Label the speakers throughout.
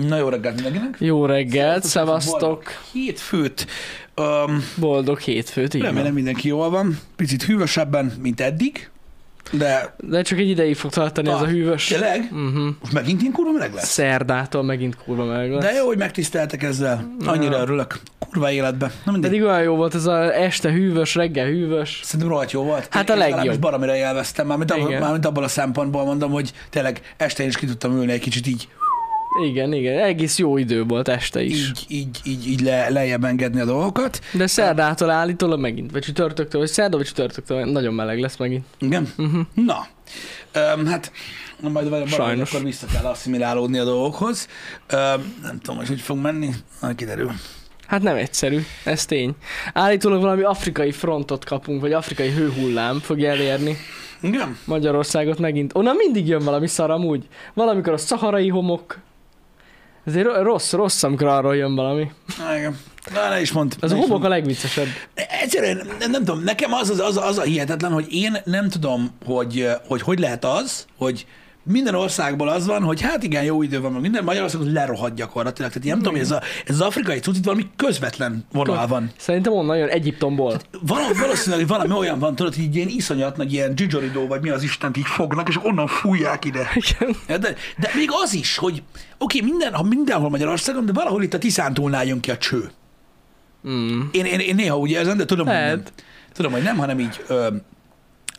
Speaker 1: Na jó reggelt mindenkinek!
Speaker 2: Jó reggelt, szevasztok,
Speaker 1: Hétfőt, um,
Speaker 2: boldog hétfőt, így
Speaker 1: remélem
Speaker 2: van.
Speaker 1: mindenki jól van, picit hűvösebben, mint eddig, de
Speaker 2: De csak egy ideig fog tartani ez a
Speaker 1: Tart.
Speaker 2: hűvös.
Speaker 1: tényleg,
Speaker 2: Uh-huh.
Speaker 1: most megint én kurva meleg lesz.
Speaker 2: Szerdától megint kurva meleg lesz.
Speaker 1: De jó, hogy megtiszteltek ezzel, annyira
Speaker 2: Ja.
Speaker 1: örülök, kurva életbe. Na mindegy,
Speaker 2: Pedig olyan jó volt ez a este hűvös, reggel hűvös.
Speaker 1: szerintem rohadt jó volt.
Speaker 2: Hát a
Speaker 1: Én legalábbis
Speaker 2: legjobb.
Speaker 1: baromira élveztem, mármint abban,
Speaker 2: Igen.
Speaker 1: mármint abban a szempontból mondom, hogy tényleg este is ki tudtam ülni egy kicsit így,
Speaker 2: Igen, igen, egész jó idő volt este is.
Speaker 1: így, így, így, így le, lejjebb engedni a dolgokat.
Speaker 2: De szerdától állítólag megint, vagy csütörtöktől, vagy szerda, vagy csütörtöktől nagyon meleg lesz megint. Mhm.
Speaker 1: Igen? Uh-huh. Na, Öm, hát na majd valahogy
Speaker 2: Sajnos.
Speaker 1: akkor vissza kell asszimilálódni a dolgokhoz. Öm, nem tudom, hogy hogy fog menni, majd kiderül.
Speaker 2: Hát nem egyszerű, ez tény. Állítólag valami afrikai frontot kapunk, vagy afrikai hőhullám fogja elérni
Speaker 1: Igen?
Speaker 2: Magyarországot megint. Onnan mindig jön valami szar amúgy. Valamikor a szaharai homok. Ezért ro- rossz, rossz, amikor arról jön valami.
Speaker 1: Na, igen. Na, ne is mondd.
Speaker 2: Ez a
Speaker 1: ne is
Speaker 2: homok a
Speaker 1: mondd.
Speaker 2: legviccesebb.
Speaker 1: Egyszerűen nem, nem tudom, nekem az az, az, az a hihetetlen, hogy én nem tudom, hogy, hogy hogy lehet az, hogy minden országból az van, hogy hát igen, jó idő van, meg minden Magyarországon lerohadt gyakorlatilag. Tehát én nem tudom, hogy ez, a, ez az afrikai cucit valami közvetlen vonal van.
Speaker 2: Szerintem onnan jön Egyiptomból.
Speaker 1: Val- valószínűleg hogy valami olyan van, tudod, hogy így ilyen iszonyat nagy ilyen dzsidzsaridó, vagy mi az Istent így fognak, és onnan fújják ide.
Speaker 2: Igen.
Speaker 1: De, de még az is, hogy oké, minden, ha mindenhol Magyarországon, de valahol itt a Tiszántúlnál jön ki a cső.
Speaker 2: Mm.
Speaker 1: Én, én, én néha úgy érzem, de tudom, hogy nem.
Speaker 2: Lehet.
Speaker 1: Tudom, hogy nem, hanem így ö,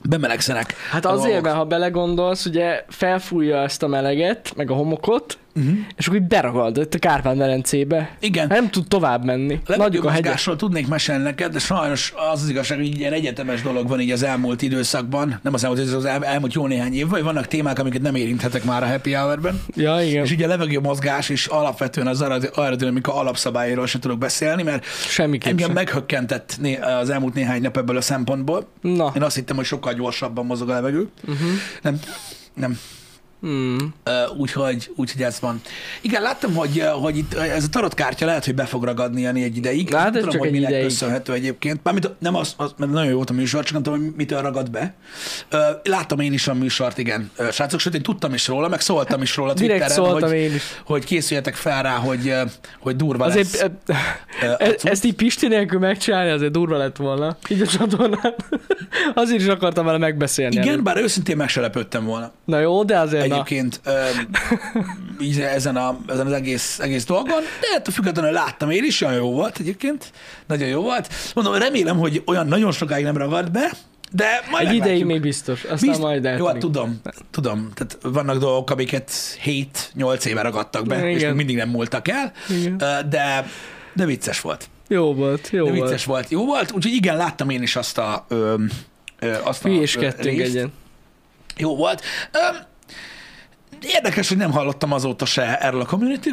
Speaker 1: bemelegszenek.
Speaker 2: Hát
Speaker 1: a
Speaker 2: azért,
Speaker 1: dolgok.
Speaker 2: mert ha belegondolsz, ugye felfújja ezt a meleget, meg a homokot, uh-huh. és akkor így beragad itt a Kárpát-medencébe.
Speaker 1: Mhm. Igen.
Speaker 2: Hát Nem tud tovább menni.
Speaker 1: A
Speaker 2: Nagyok a hegyek.
Speaker 1: mozgásról tudnék mesélni neked, de sajnos az az igazság, hogy így ilyen egyetemes dolog van így az elmúlt időszakban, nem az elmúlt időszakban, az el- elmúlt jó néhány évben, hogy vannak témák, amiket nem érinthetek már a happy hour-ben.
Speaker 2: Ja, igen.
Speaker 1: És ugye a levegő mozgás is alapvetően az aerod- aerodinamika alapszabályairól sem tudok beszélni, mert
Speaker 2: Semmiképp
Speaker 1: engem
Speaker 2: sem.
Speaker 1: meghökkentett né- az elmúlt néhány nap ebből a szempontból.
Speaker 2: Na. Mhm.
Speaker 1: Én azt hittem, hogy sokkal gyorsabban mozog a levegő. Uh-huh. Nem, nem.
Speaker 2: Mm.
Speaker 1: Ö, Úgyhogy, úgyhogy ez van. Igen, láttam, hogy, ö, hogy itt ö, ez a tarotkártya lehet, hogy be fog ragadni Jani egy ideig.
Speaker 2: Na, hát
Speaker 1: nem
Speaker 2: ez
Speaker 1: tudom,
Speaker 2: csak
Speaker 1: hogy
Speaker 2: egy
Speaker 1: minek
Speaker 2: ideig.
Speaker 1: köszönhető egyébként. Mármint nem az, az, mert nagyon jó volt a műsor, csak nem tudom, hogy mitől ragad be. Ö, Láttam én is a műsort, igen. Ö, Srácok, sőt, én tudtam is róla, meg szóltam is róla
Speaker 2: Direkt
Speaker 1: Twitteren,
Speaker 2: szóltam
Speaker 1: hogy,
Speaker 2: én is.
Speaker 1: hogy készüljetek fel rá, hogy, ö, hogy durva
Speaker 2: Azért
Speaker 1: lesz.
Speaker 2: e,
Speaker 1: ö, a
Speaker 2: e,
Speaker 1: cucc.
Speaker 2: ezt így Pisti nélkül megcsinálni, azért durva lett volna. Így a csatornán. Azért is akartam vele megbeszélni.
Speaker 1: Igen,
Speaker 2: előbb.
Speaker 1: bár őszintén meg se lepődtem volna.
Speaker 2: Na jó, de azért na.
Speaker 1: Egyébként ö, így ezen, a, ezen az egész, egész dolgon, de ettől függetlenül láttam én is, olyan jó volt egyébként, nagyon jó volt. Mondom, remélem, hogy olyan nagyon sokáig nem ragad be, de majd
Speaker 2: Egy ideig
Speaker 1: meglátjuk.
Speaker 2: még biztos, aztán
Speaker 1: Bizt-
Speaker 2: Bizt... majd
Speaker 1: Jó, hát
Speaker 2: eltűnik.
Speaker 1: tudom, tudom. Tehát vannak dolgok, amiket 7-8 éve ragadtak be,
Speaker 2: Igen.
Speaker 1: és még mindig nem múltak el,
Speaker 2: Igen.
Speaker 1: ö, de, de vicces volt.
Speaker 2: Jó volt, jó
Speaker 1: De
Speaker 2: volt.
Speaker 1: vicces volt, jó volt. Úgyhogy igen, láttam én is azt a, ö, ö, azt a ö,
Speaker 2: Hülyéskedtünk
Speaker 1: részt.
Speaker 2: egyen.
Speaker 1: Jó volt. Öm, érdekes, hogy nem hallottam azóta se erről a community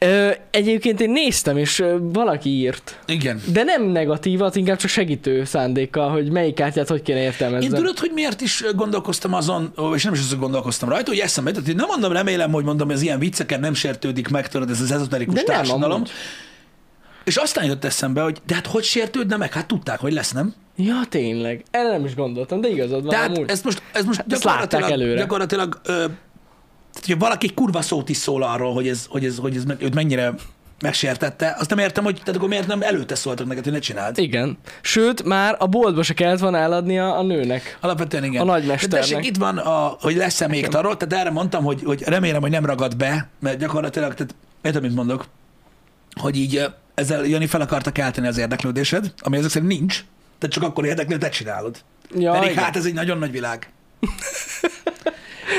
Speaker 2: Ö, egyébként én néztem, és ö, valaki írt.
Speaker 1: Igen.
Speaker 2: De nem negatívat, inkább csak segítő szándékkal, hogy melyik kártyát hogy kéne
Speaker 1: Én
Speaker 2: értelmezni.
Speaker 1: tudod, hogy miért is gondolkoztam azon, ó, és nem is azon gondolkoztam rajta, hogy eszembe jutott, hogy nem mondom, remélem, hogy mondom, ez ilyen vicceken nem sértődik meg, tudod, ez az ezoterikus
Speaker 2: De nem,
Speaker 1: társadalom.
Speaker 2: amúgy.
Speaker 1: És aztán jött eszembe, hogy de hát hogy sértődne meg? Hát tudták, hogy lesz, nem?
Speaker 2: Ja, tényleg. Erre nem is gondoltam, de igazad van
Speaker 1: Tehát
Speaker 2: amúgy. Hát
Speaker 1: ez most, ez most
Speaker 2: ezt
Speaker 1: gyakorlatilag,
Speaker 2: látták előre.
Speaker 1: gyakorlatilag ö, tehát, hogyha valaki egy kurva szót is szól arról, hogy ez, hogy ez, hogy ez meg, őt mennyire megsértette, azt nem értem, hogy tehát akkor miért nem előtte szóltak neked, hogy ne csináld.
Speaker 2: Igen. Sőt, már a boltba se kellett volna eladnia a nőnek.
Speaker 1: Alapvetően igen.
Speaker 2: A nagymesternek.
Speaker 1: De tessék, itt van, a, hogy lesz-e még tarot, tehát erre mondtam, hogy, hogy remélem, hogy nem ragad be, mert gyakorlatilag, tehát értem, mit mondok, hogy így ö, ezzel Jani fel akarta kelteni az érdeklődésed, ami ezek szerint nincs, tehát csak akkor érdekli, hogy te csinálod.
Speaker 2: Ja,
Speaker 1: Pedig
Speaker 2: igen.
Speaker 1: hát ez egy nagyon nagy világ.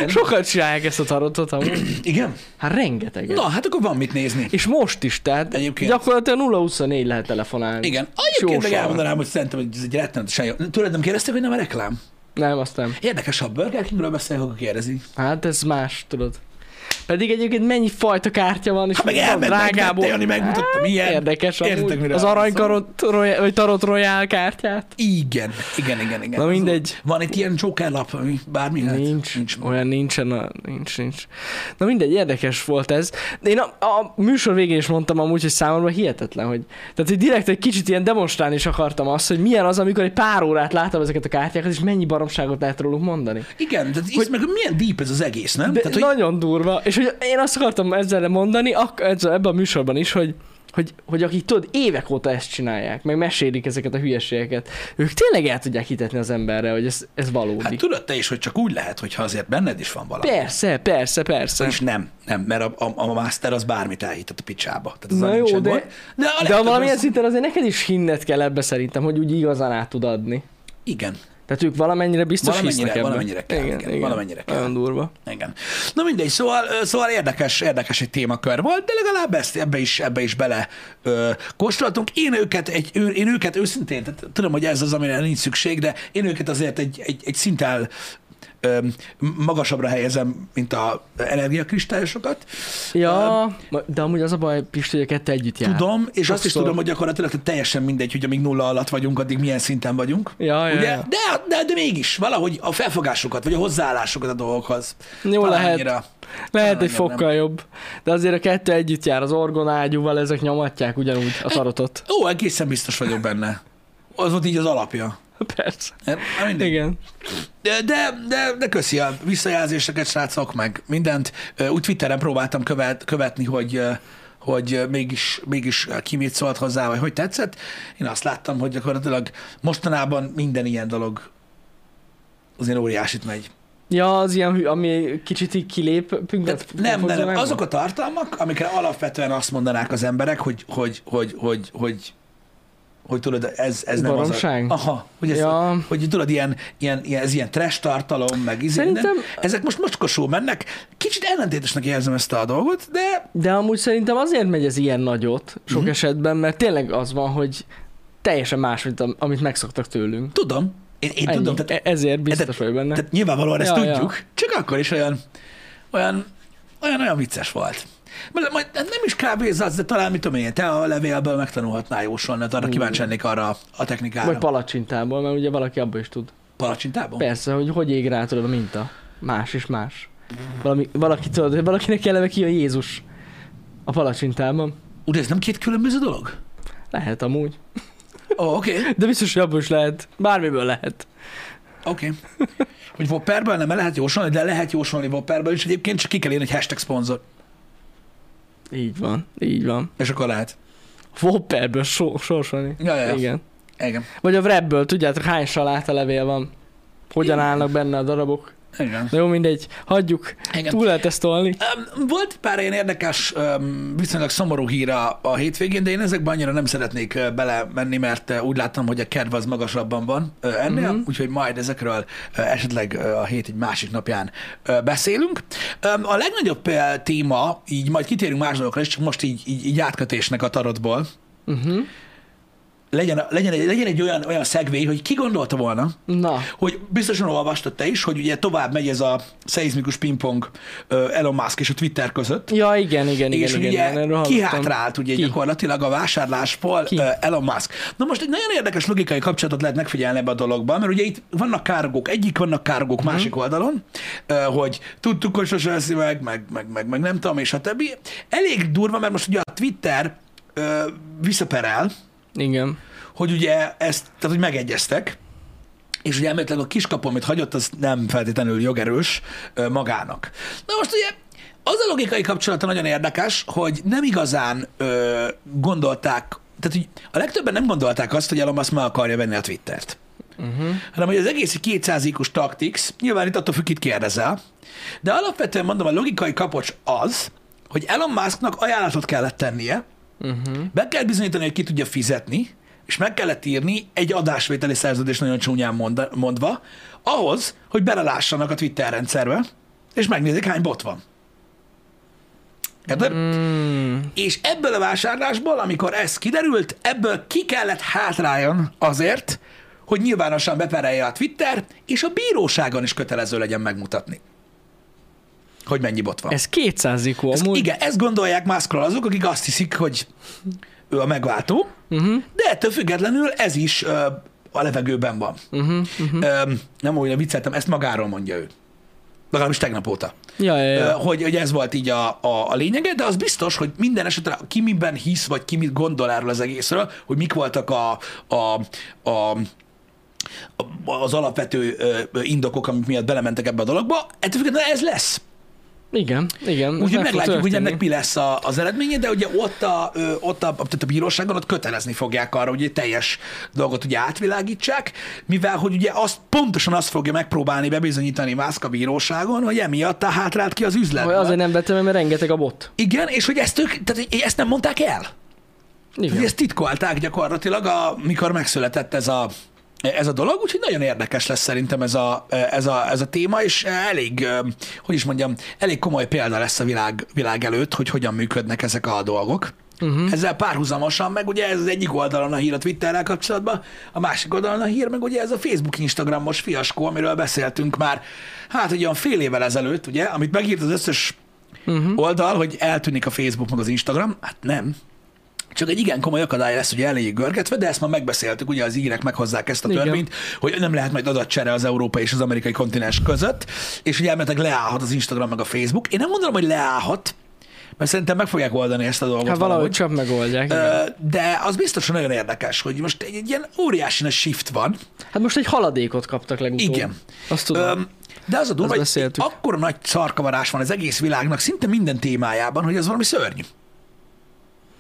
Speaker 2: Sokat csinálják ezt a tarotot amúgy.
Speaker 1: Igen?
Speaker 2: Hát rengeteget.
Speaker 1: Na, hát akkor van mit nézni.
Speaker 2: És most is, tehát
Speaker 1: Egyébként.
Speaker 2: Egyébként. gyakorlatilag 0-24 lehet telefonálni.
Speaker 1: Igen.
Speaker 2: Jó
Speaker 1: Egyébként meg
Speaker 2: sor.
Speaker 1: elmondanám, hogy szerintem hogy ez egy rettenetesen jó. Tőled nem kérdeztek, hogy nem a reklám?
Speaker 2: Nem, azt nem.
Speaker 1: Érdekes, ha a Burger Kingről beszélek, akkor kérdezi.
Speaker 2: Hát ez más, tudod. Pedig egyébként mennyi fajta kártya van, és
Speaker 1: Hát meg
Speaker 2: van
Speaker 1: elmentek, vette,
Speaker 2: drágából.
Speaker 1: Jani megmutatta, milyen.
Speaker 2: Érdekes
Speaker 1: Értitek,
Speaker 2: amúgy.
Speaker 1: miről
Speaker 2: Az
Speaker 1: van szó?
Speaker 2: aranykarot, royal, vagy tarot royal kártyát.
Speaker 1: Igen, igen, igen, igen.
Speaker 2: Na mindegy.
Speaker 1: Van itt ilyen Joker lap, ami bármi lehet?
Speaker 2: Nincs,
Speaker 1: Hát, nincs.
Speaker 2: nincs, olyan nincsen, a, nincs, nincs. Na mindegy, érdekes volt ez. De én a, a műsor végén is mondtam amúgy, hogy számomra hihetetlen, hogy... Tehát, hogy direkt egy kicsit ilyen demonstrálni is akartam azt, hogy milyen az, amikor egy pár órát látom ezeket a kártyákat, és mennyi baromságot lehet róluk mondani.
Speaker 1: Igen, tehát hogy... meg milyen deep ez az egész, nem?
Speaker 2: De
Speaker 1: Hát, tehát, hogy
Speaker 2: nagyon durva, és És hogy én azt akartam ezzel mondani, ak- ezzel, ebben a műsorban is, hogy hogy, hogy akik tudod, évek óta ezt csinálják, meg mesélik ezeket a hülyeségeket, ők tényleg el tudják hitetni az emberre, hogy ez, ez valódi.
Speaker 1: Hát
Speaker 2: Hát,
Speaker 1: tudod te is, hogy csak úgy lehet, hogyha azért benned is van valami.
Speaker 2: persze, persze, persze.
Speaker 1: És nem, nem, mert a, a, a master az bármit elhitet a picsába. Tehát az
Speaker 2: Na jó, de,
Speaker 1: Gond. De, a
Speaker 2: de
Speaker 1: legtöbb
Speaker 2: valamilyen
Speaker 1: az-
Speaker 2: szinten azért neked is hinned kell ebbe szerintem, hogy úgy igazán át tud adni.
Speaker 1: Igen,
Speaker 2: Tehát ők valamennyire biztos
Speaker 1: Valamennyire-
Speaker 2: hisznek ebben.
Speaker 1: valamennyire kell, igen, valamennyire kell.
Speaker 2: Olyan durva.
Speaker 1: igen. Na mindegy, szóval, ö, szóval érdekes, érdekes egy témakör volt, de legalább ezt, ebbe is, ebbe is bele ö, kóstoltunk. Én őket, egy, ő, én őket őszintén, tehát tudom, hogy ez az, amire nincs szükség, de én őket azért egy, egy, egy szinttel ö, magasabbra helyezem, mint a energiakristályosokat.
Speaker 2: Ja, ma- de amúgy az a baj, Pisti, hogy a kettő együtt jár.
Speaker 1: Tudom, és azt is
Speaker 2: Sokszor.
Speaker 1: tudom, hogy gyakorlatilag teljesen mindegy, hogy amíg nulla alatt vagyunk, addig milyen szinten vagyunk.
Speaker 2: Ja, ja,
Speaker 1: Ugye?
Speaker 2: ja.
Speaker 1: De, de, de mégis, valahogy a felfogásukat, vagy a hozzáállásukat a dolgokhoz.
Speaker 2: Jó lehet. Lehet egy
Speaker 1: Talán nem.
Speaker 2: fokkal jobb, de azért a kettő együtt jár, az orgon ágyúval ezek nyomatják ugyanúgy a tarotot.
Speaker 1: Ó, egészen biztos vagyok benne. Az volt így az alapja. E,
Speaker 2: Persze.
Speaker 1: Na, mindegy.
Speaker 2: Igen.
Speaker 1: De, de, de, de köszi a visszajelzéseket, srácok, meg mindent. Ö, Úgy Twitteren próbáltam követ, követni, hogy ö, hogy ö, mégis, mégis ö, ki mit szólt hozzá, vagy hogy tetszett. Én azt láttam, hogy gyakorlatilag mostanában minden ilyen dolog az én óriásit megy.
Speaker 2: Ja, az ilyen, hű- ami kicsit így hát kilép.
Speaker 1: Tehát
Speaker 2: Pünket,
Speaker 1: nem, nem, nem, azok a tartalmak, amikre alapvetően azt mondanák az emberek, hogy, hogy, hogy, hogy, hogy, hogy tudod, ez, ez nem az a...
Speaker 2: Baromság?
Speaker 1: Aha, hogy ez,
Speaker 2: Ja.
Speaker 1: hogy tudod, ilyen, ilyen, ilyen, ez ilyen trash tartalom, meg izé, minden.
Speaker 2: Szerintem,
Speaker 1: Ezek most mocskosul mennek. Kicsit ellentétesnek érzem ezt a dolgot, de
Speaker 2: de amúgy szerintem azért megy ez ilyen nagyot sok
Speaker 1: Mhm.
Speaker 2: esetben, mert tényleg az van, hogy teljesen más, mint am- amit megszoktak tőlünk.
Speaker 1: tudom. Én, én
Speaker 2: Ennyi.
Speaker 1: tudom, tehát,
Speaker 2: E- Ezért biztos vagy benne.
Speaker 1: tehát nyilvánvalóan ezt
Speaker 2: Ja, ja.
Speaker 1: tudjuk, csak akkor is olyan, olyan, olyan, olyan vicces volt. Mert majd hát nem is kb. ez az, de talán mit tudom én, te a levélből megtanulhatnál jósolni, hát arra kíváncsi lennék arra a technikára.
Speaker 2: Vagy palacsintából, mert ugye valaki abból is tud.
Speaker 1: Palacsintában?
Speaker 2: Persze, hogy hogy ég rá tudod a minta. Más és más. Valami, valaki tudod, valakinek eleve ki a Jézus a palacsintában.
Speaker 1: Ugye ez nem két különböző dolog?
Speaker 2: Lehet amúgy.
Speaker 1: Ó, oh, oké, okay.
Speaker 2: De biztos, hogy abból is lehet. Bármiből lehet.
Speaker 1: oké. Okay. Hogy Whopperből nem lehet jósolni, de lehet jósolni Whopperből is, egyébként csak ki kell írni egy hashtag szponzor,
Speaker 2: Így van, így van.
Speaker 1: és akkor lehet.
Speaker 2: Whopperből so- sorsolni.
Speaker 1: Ja, ja, ja.
Speaker 2: Igen.
Speaker 1: Igen.
Speaker 2: Vagy a wrapből, tudjátok, hány saláta levél van. Hogyan
Speaker 1: Igen.
Speaker 2: állnak benne a darabok.
Speaker 1: Igen.
Speaker 2: De jó, mindegy. Hagyjuk.
Speaker 1: Igen.
Speaker 2: Túl lehet ezt tolni.
Speaker 1: Öm, Volt pár ilyen érdekes, öm, viszonylag szomorú hír a, a hétvégén, de én ezekben annyira nem szeretnék ö, belemenni, mert ö, úgy láttam, hogy a kedv az magasabban van ö, ennél,
Speaker 2: Mhm.
Speaker 1: uh-huh. úgyhogy majd ezekről ö, esetleg ö, a hét egy másik napján ö, beszélünk. Öm, A legnagyobb ö, téma, így majd kitérünk más dolgokra is, csak most így, így, így átkötésnek a tarotból,
Speaker 2: Uh-huh.
Speaker 1: legyen, legyen, egy, legyen egy olyan, olyan szegvély, hogy ki gondolta volna,
Speaker 2: Na,
Speaker 1: hogy biztosan olvastad te is, hogy ugye tovább megy ez a szeizmikus pingpong ö, Elon Musk és a Twitter között,
Speaker 2: ja igen, igen, igen,
Speaker 1: és
Speaker 2: igen,
Speaker 1: ugye
Speaker 2: igen, erről hallottam.
Speaker 1: kihátrált ugye
Speaker 2: Ki?
Speaker 1: gyakorlatilag a vásárlásból
Speaker 2: Ki?
Speaker 1: ö, Elon Musk. Na most egy nagyon érdekes logikai kapcsolatot lehet megfigyelni ebbe a dologban, mert ugye itt vannak kárgók, egyik vannak kárgók
Speaker 2: Mhm.
Speaker 1: uh-huh. másik oldalon, ö, hogy tudtuk, hogy sose eszi meg, meg, meg, meg, meg nem tudom, és a többi. Elég durva, mert most ugye a Twitter ö, visszaperel,
Speaker 2: Igen.
Speaker 1: hogy ugye ezt, tehát hogy megegyeztek, és ugye elméletileg a kiskapu, amit hagyott, az nem feltétlenül jogerős ö, magának. Na most ugye az a logikai kapcsolata nagyon érdekes, hogy nem igazán ö, gondolták, tehát hogy a legtöbben nem gondolták azt, hogy Elon Musk meg akarja venni a Twittert
Speaker 2: Uh-huh.
Speaker 1: hanem hogy az egész egy 200 ikus taktix, nyilván itt attól függ, kit kérdezel, de alapvetően mondom, a logikai kapocs az, hogy Elon Musknak ajánlatot kellett tennie,
Speaker 2: Uh-huh.
Speaker 1: be kell bizonyítani, hogy ki tudja fizetni, és meg kellett írni egy adásvételi szerződést nagyon csúnyán monda- mondva, ahhoz, hogy belelássanak a Twitter rendszerbe, és megnézik, hány bot van. Érted?
Speaker 2: Mm.
Speaker 1: És ebből a vásárlásból, amikor ez kiderült, ebből ki kellett hátráljon azért, hogy nyilvánosan beperelje a Twitter, és a bíróságon is kötelező legyen megmutatni, hogy mennyi bot van.
Speaker 2: Ez 200 IQ
Speaker 1: Ezt,
Speaker 2: amúgy.
Speaker 1: igen, ezt gondolják máskról azok, akik azt hiszik, hogy ő a megváltó,
Speaker 2: Uh-huh,
Speaker 1: de ettől függetlenül ez is ö, a levegőben van.
Speaker 2: uh-huh, uh-huh.
Speaker 1: Ö, nem olyan vicceltem, ezt magáról mondja ő. Legalábbis tegnap óta.
Speaker 2: Ja,
Speaker 1: Ö,
Speaker 2: ja, ja.
Speaker 1: hogy, hogy ez volt így a, a, a lényege, de az biztos, hogy minden esetre ki miben hisz, vagy ki mit gondol erről az egészről, hogy mik voltak a, a, a az alapvető ö, ö, indokok, amik miatt belementek ebbe a dologba, ettől függetlenül ez lesz.
Speaker 2: Igen, igen. ez
Speaker 1: Úgyhogy
Speaker 2: meg fog
Speaker 1: meglátjuk, hogy
Speaker 2: történni.
Speaker 1: ennek mi lesz a, az eredménye, de ugye ott a, ö, ott a, tehát a bíróságon ott kötelezni fogják arra, hogy egy teljes dolgot ugye átvilágítsák, mivel hogy ugye azt, pontosan azt fogja megpróbálni bebizonyítani Mászka bíróságon, hogy emiatt a hátrált ki az
Speaker 2: Hogy
Speaker 1: üzletből.
Speaker 2: azért nem vettem, mert rengeteg a bot.
Speaker 1: Igen, és hogy ezt, ők, tehát hogy ezt nem mondták el. Ugye
Speaker 2: Igen. Hát
Speaker 1: ezt titkolták gyakorlatilag, amikor megszületett ez a ez a dolog, úgyhogy nagyon érdekes lesz szerintem ez a, ez a, ez a téma, és elég, öm, hogy is mondjam, elég komoly példa lesz a világ, világ előtt, hogy hogyan működnek ezek a dolgok. Uh-huh. Ezzel párhuzamosan, meg ugye ez az egyik oldalon a hír a Twitterrel kapcsolatban, a másik oldalon a hír, meg ugye ez a Facebook Instagramos fiaskó, amiről beszéltünk már, hát egy olyan fél évvel ezelőtt, ugye, amit megírt az összes
Speaker 2: Mhm.
Speaker 1: uh-huh. oldal, hogy eltűnik a Facebook meg az Instagram, hát nem, csak egy igen komoly akadály lesz, hogy eléjük görgetve, de ezt már megbeszéltük, ugye az írek meghozzák ezt a
Speaker 2: Igen.
Speaker 1: törvényt, hogy nem lehet majd adatcsere az európai és az amerikai kontinens között, és hogy elméletileg leállhat az Instagram meg a Facebook. Én nem mondanom, hogy leállhat, mert szerintem meg fogják oldani ezt a dolgot.
Speaker 2: Hát valahogy csak megoldják. igen.
Speaker 1: Ö, De az biztos, hogy nagyon érdekes, hogy most egy, egy ilyen óriási nagy shift van.
Speaker 2: Hát most egy haladékot kaptak legutóbb.
Speaker 1: Igen.
Speaker 2: Azt tudom.
Speaker 1: Öm, de az a durva, hogy
Speaker 2: beszéltük.
Speaker 1: akkora nagy szarkavarás van az egész világnak, szinte minden témájában, hogy ez valami szörnyű.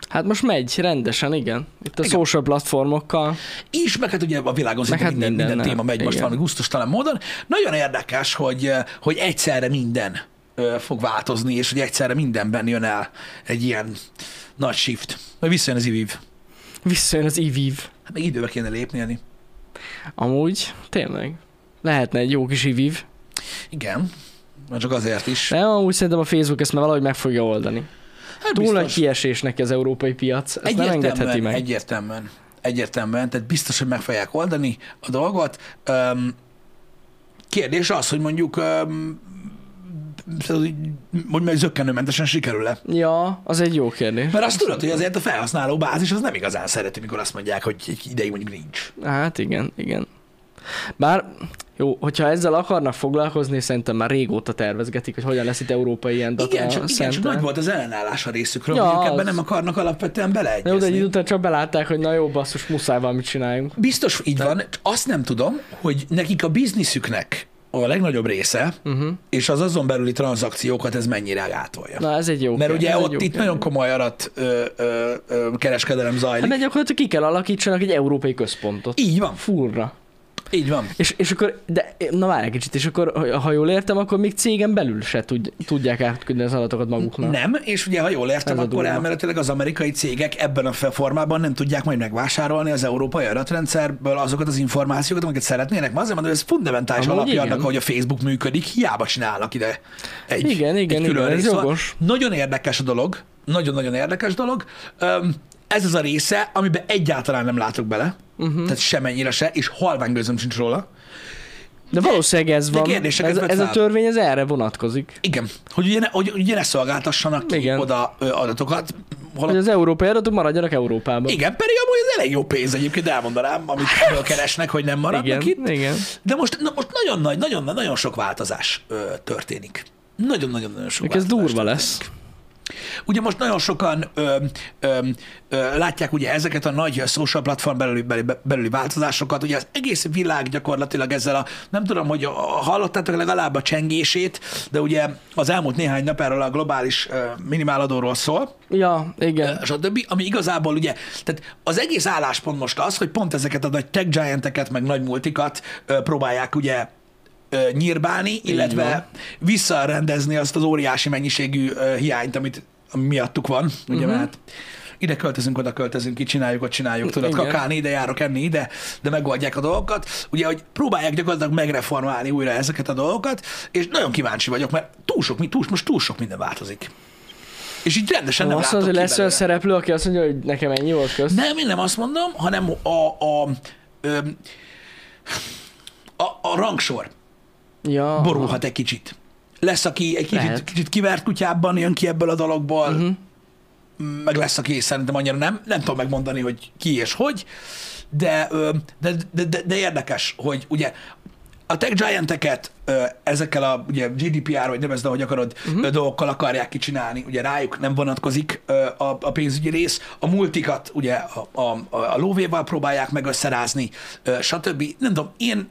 Speaker 2: Hát most megy rendesen, igen. Itt a
Speaker 1: Igen.
Speaker 2: social platformokkal.
Speaker 1: is, meg hát ugye a világon szinte
Speaker 2: hát
Speaker 1: minden, minden, minden téma
Speaker 2: mindennel.
Speaker 1: megy most
Speaker 2: Igen.
Speaker 1: valami gusztustalan módon. Nagyon érdekes, hogy, hogy egyszerre minden ö, fog változni, és hogy egyszerre mindenben jön el egy ilyen nagy shift. Majd visszajön az IVIV.
Speaker 2: Visszajön az ivív.
Speaker 1: Hát még időbe kéne lépni, Edi.
Speaker 2: Amúgy, tényleg. Lehetne egy jó kis ivív.
Speaker 1: Igen. Már csak azért is.
Speaker 2: De amúgy szerintem a Facebook ezt már valahogy meg fogja oldani.
Speaker 1: Hát
Speaker 2: Túl nagy
Speaker 1: biztos.
Speaker 2: kiesés neki az európai piac. Ezt nem engedheti meg. Egy...
Speaker 1: Egyértelműen. Egyértelműen, tehát biztos, hogy meg fogják oldani a dolgot. Öm, kérdés az, hogy mondjuk öm, hogy mondjuk zöggenőmentesen sikerül-e.
Speaker 2: Ja, az egy jó kérdés.
Speaker 1: Mert azt tudod, hogy azért a felhasználó bázis az nem igazán szereti, mikor azt mondják, hogy egy ideig mondjuk nincs.
Speaker 2: Hát igen, igen. Bár jó, hogyha ezzel akarnak foglalkozni, szerintem már régóta tervezgetik, hogy hogyan lesz itt európai ilyen data
Speaker 1: Igen csak, igen, csak
Speaker 2: center.
Speaker 1: nagy volt az ellenállás a részükről,
Speaker 2: Ja,
Speaker 1: ja, hogy ők
Speaker 2: az.
Speaker 1: ebben nem akarnak alapvetően
Speaker 2: Jó, de egy
Speaker 1: beleegyezni.
Speaker 2: idő után csak belátták, hogy na jó, basszus, muszáj valamit csináljunk.
Speaker 1: Biztos így van, azt nem tudom, hogy nekik a bizniszüknek a legnagyobb része, uh-huh. és az azon belüli tranzakciókat ez mennyire gátolja.
Speaker 2: Mhm. Na, ez egy jó
Speaker 1: Mert
Speaker 2: kérdés,
Speaker 1: ugye
Speaker 2: ez egy
Speaker 1: ott
Speaker 2: jó
Speaker 1: itt
Speaker 2: kérdés.
Speaker 1: nagyon komoly arat ö, ö, ö, kereskedelem
Speaker 2: Hát
Speaker 1: zajlik.
Speaker 2: mert gyakorlatilag ki kell alakítsanak egy európai központot.
Speaker 1: így van,
Speaker 2: Furra.
Speaker 1: így van.
Speaker 2: És, és akkor, de na várj egy kicsit, és akkor, ha- ha jól értem, akkor még cégen belül se tudj, tudják átküldni az adatokat maguknak.
Speaker 1: Nem, és ugye, ha jól értem,
Speaker 2: Ez a
Speaker 1: akkor
Speaker 2: durva.
Speaker 1: elméletileg az amerikai cégek ebben a fe- formában nem tudják majd megvásárolni az európai adatrendszerből azokat az információkat, amiket szeretnének. Ma azért mondom, hogy ez fundamentális
Speaker 2: Amúgy
Speaker 1: alapja
Speaker 2: igen.
Speaker 1: annak, hogy a Facebook működik, hiába csinálnak ide egy,
Speaker 2: Igen, igen,
Speaker 1: egy külön
Speaker 2: igen, ez
Speaker 1: részt. Szóval
Speaker 2: jogos.
Speaker 1: Nagyon érdekes a dolog, nagyon-nagyon érdekes dolog. Öm, ez az a része, amiben egyáltalán nem látok bele, uh-huh.
Speaker 2: Mhm.
Speaker 1: tehát semennyire se, és halvány gőzöm sincs róla.
Speaker 2: De valószínűleg ez
Speaker 1: de
Speaker 2: van.
Speaker 1: kérdéseket
Speaker 2: Ez, ez a
Speaker 1: vetsz át.
Speaker 2: törvény, ez erre vonatkozik.
Speaker 1: Igen, hogy ugye ne, hogy ugye ne szolgáltassanak ki
Speaker 2: Igen.
Speaker 1: oda ö, adatokat,
Speaker 2: Hogy
Speaker 1: holott
Speaker 2: az európai adatok maradjanak Európában.
Speaker 1: Igen, pedig amúgy ez elég jó pénz egyébként, elmondanám, amit ebből keresnek, hogy nem maradnak
Speaker 2: Hát. igen,
Speaker 1: hát itt.
Speaker 2: igen.
Speaker 1: De most, na, most nagyon nagy, nagyon, nagyon sok változás ö, történik. Nagyon-nagyon-nagyon sok
Speaker 2: Még ez
Speaker 1: változás
Speaker 2: durva lesz.
Speaker 1: Ugye most nagyon sokan ö, ö, ö, látják ugye ezeket a nagy social platform belüli, belüli, belüli változásokat, ugye az egész világ gyakorlatilag ezzel a, nem tudom, hogy a- hallottátok legalább a csengését, de ugye az elmúlt néhány nap erről a globális ö, minimáladóról szól,
Speaker 2: Ja, igen.
Speaker 1: és a többi, ami igazából ugye, tehát az egész álláspont most az, hogy pont ezeket a nagy tech gianteket, meg nagy multikat ö, próbálják ugye ö, nyírbálni, illetve visszarendezni azt az óriási mennyiségű ö, hiányt, amit ami miattuk van, ugye,
Speaker 2: Mhm.
Speaker 1: uh-huh. mert ide költözünk, oda költözünk, itt csináljuk, ott csináljuk, tudod,
Speaker 2: Igen.
Speaker 1: kakálni, ide járok enni, ide, de megoldják a dolgokat. Ugye, hogy próbálják gyakorlatilag megreformálni újra ezeket a dolgokat, és nagyon kíváncsi vagyok, mert túl sok, mi- túl, most túl sok minden változik. És így rendesen nem
Speaker 2: Azt
Speaker 1: látok
Speaker 2: mondod,
Speaker 1: ki
Speaker 2: hogy lesz olyan
Speaker 1: belőle.
Speaker 2: szereplő, aki azt mondja, hogy nekem ennyi volt közt.
Speaker 1: Nem, én nem azt mondom, hanem a, a, öm, a, a rangsor
Speaker 2: Ja.
Speaker 1: borulhat egy kicsit. Lesz, aki egy kicsit,
Speaker 2: Lehet.
Speaker 1: kicsit kivert kutyában jön ki ebből a dologból, uh-huh. meg lesz, aki szerintem annyira nem. Nem tudom megmondani, hogy ki és hogy, de, öm, de, de, de, de érdekes, hogy ugye a tech gianteket ö, ezekkel a ugye GDPR, vagy nevezd, ahogy akarod, uh-huh. dolgokkal akarják kicsinálni, ugye rájuk nem vonatkozik ö, a, a pénzügyi rész, a multikat ugye a, a, a lóvéval próbálják meg összerázni, ö, stb. Nem tudom, én,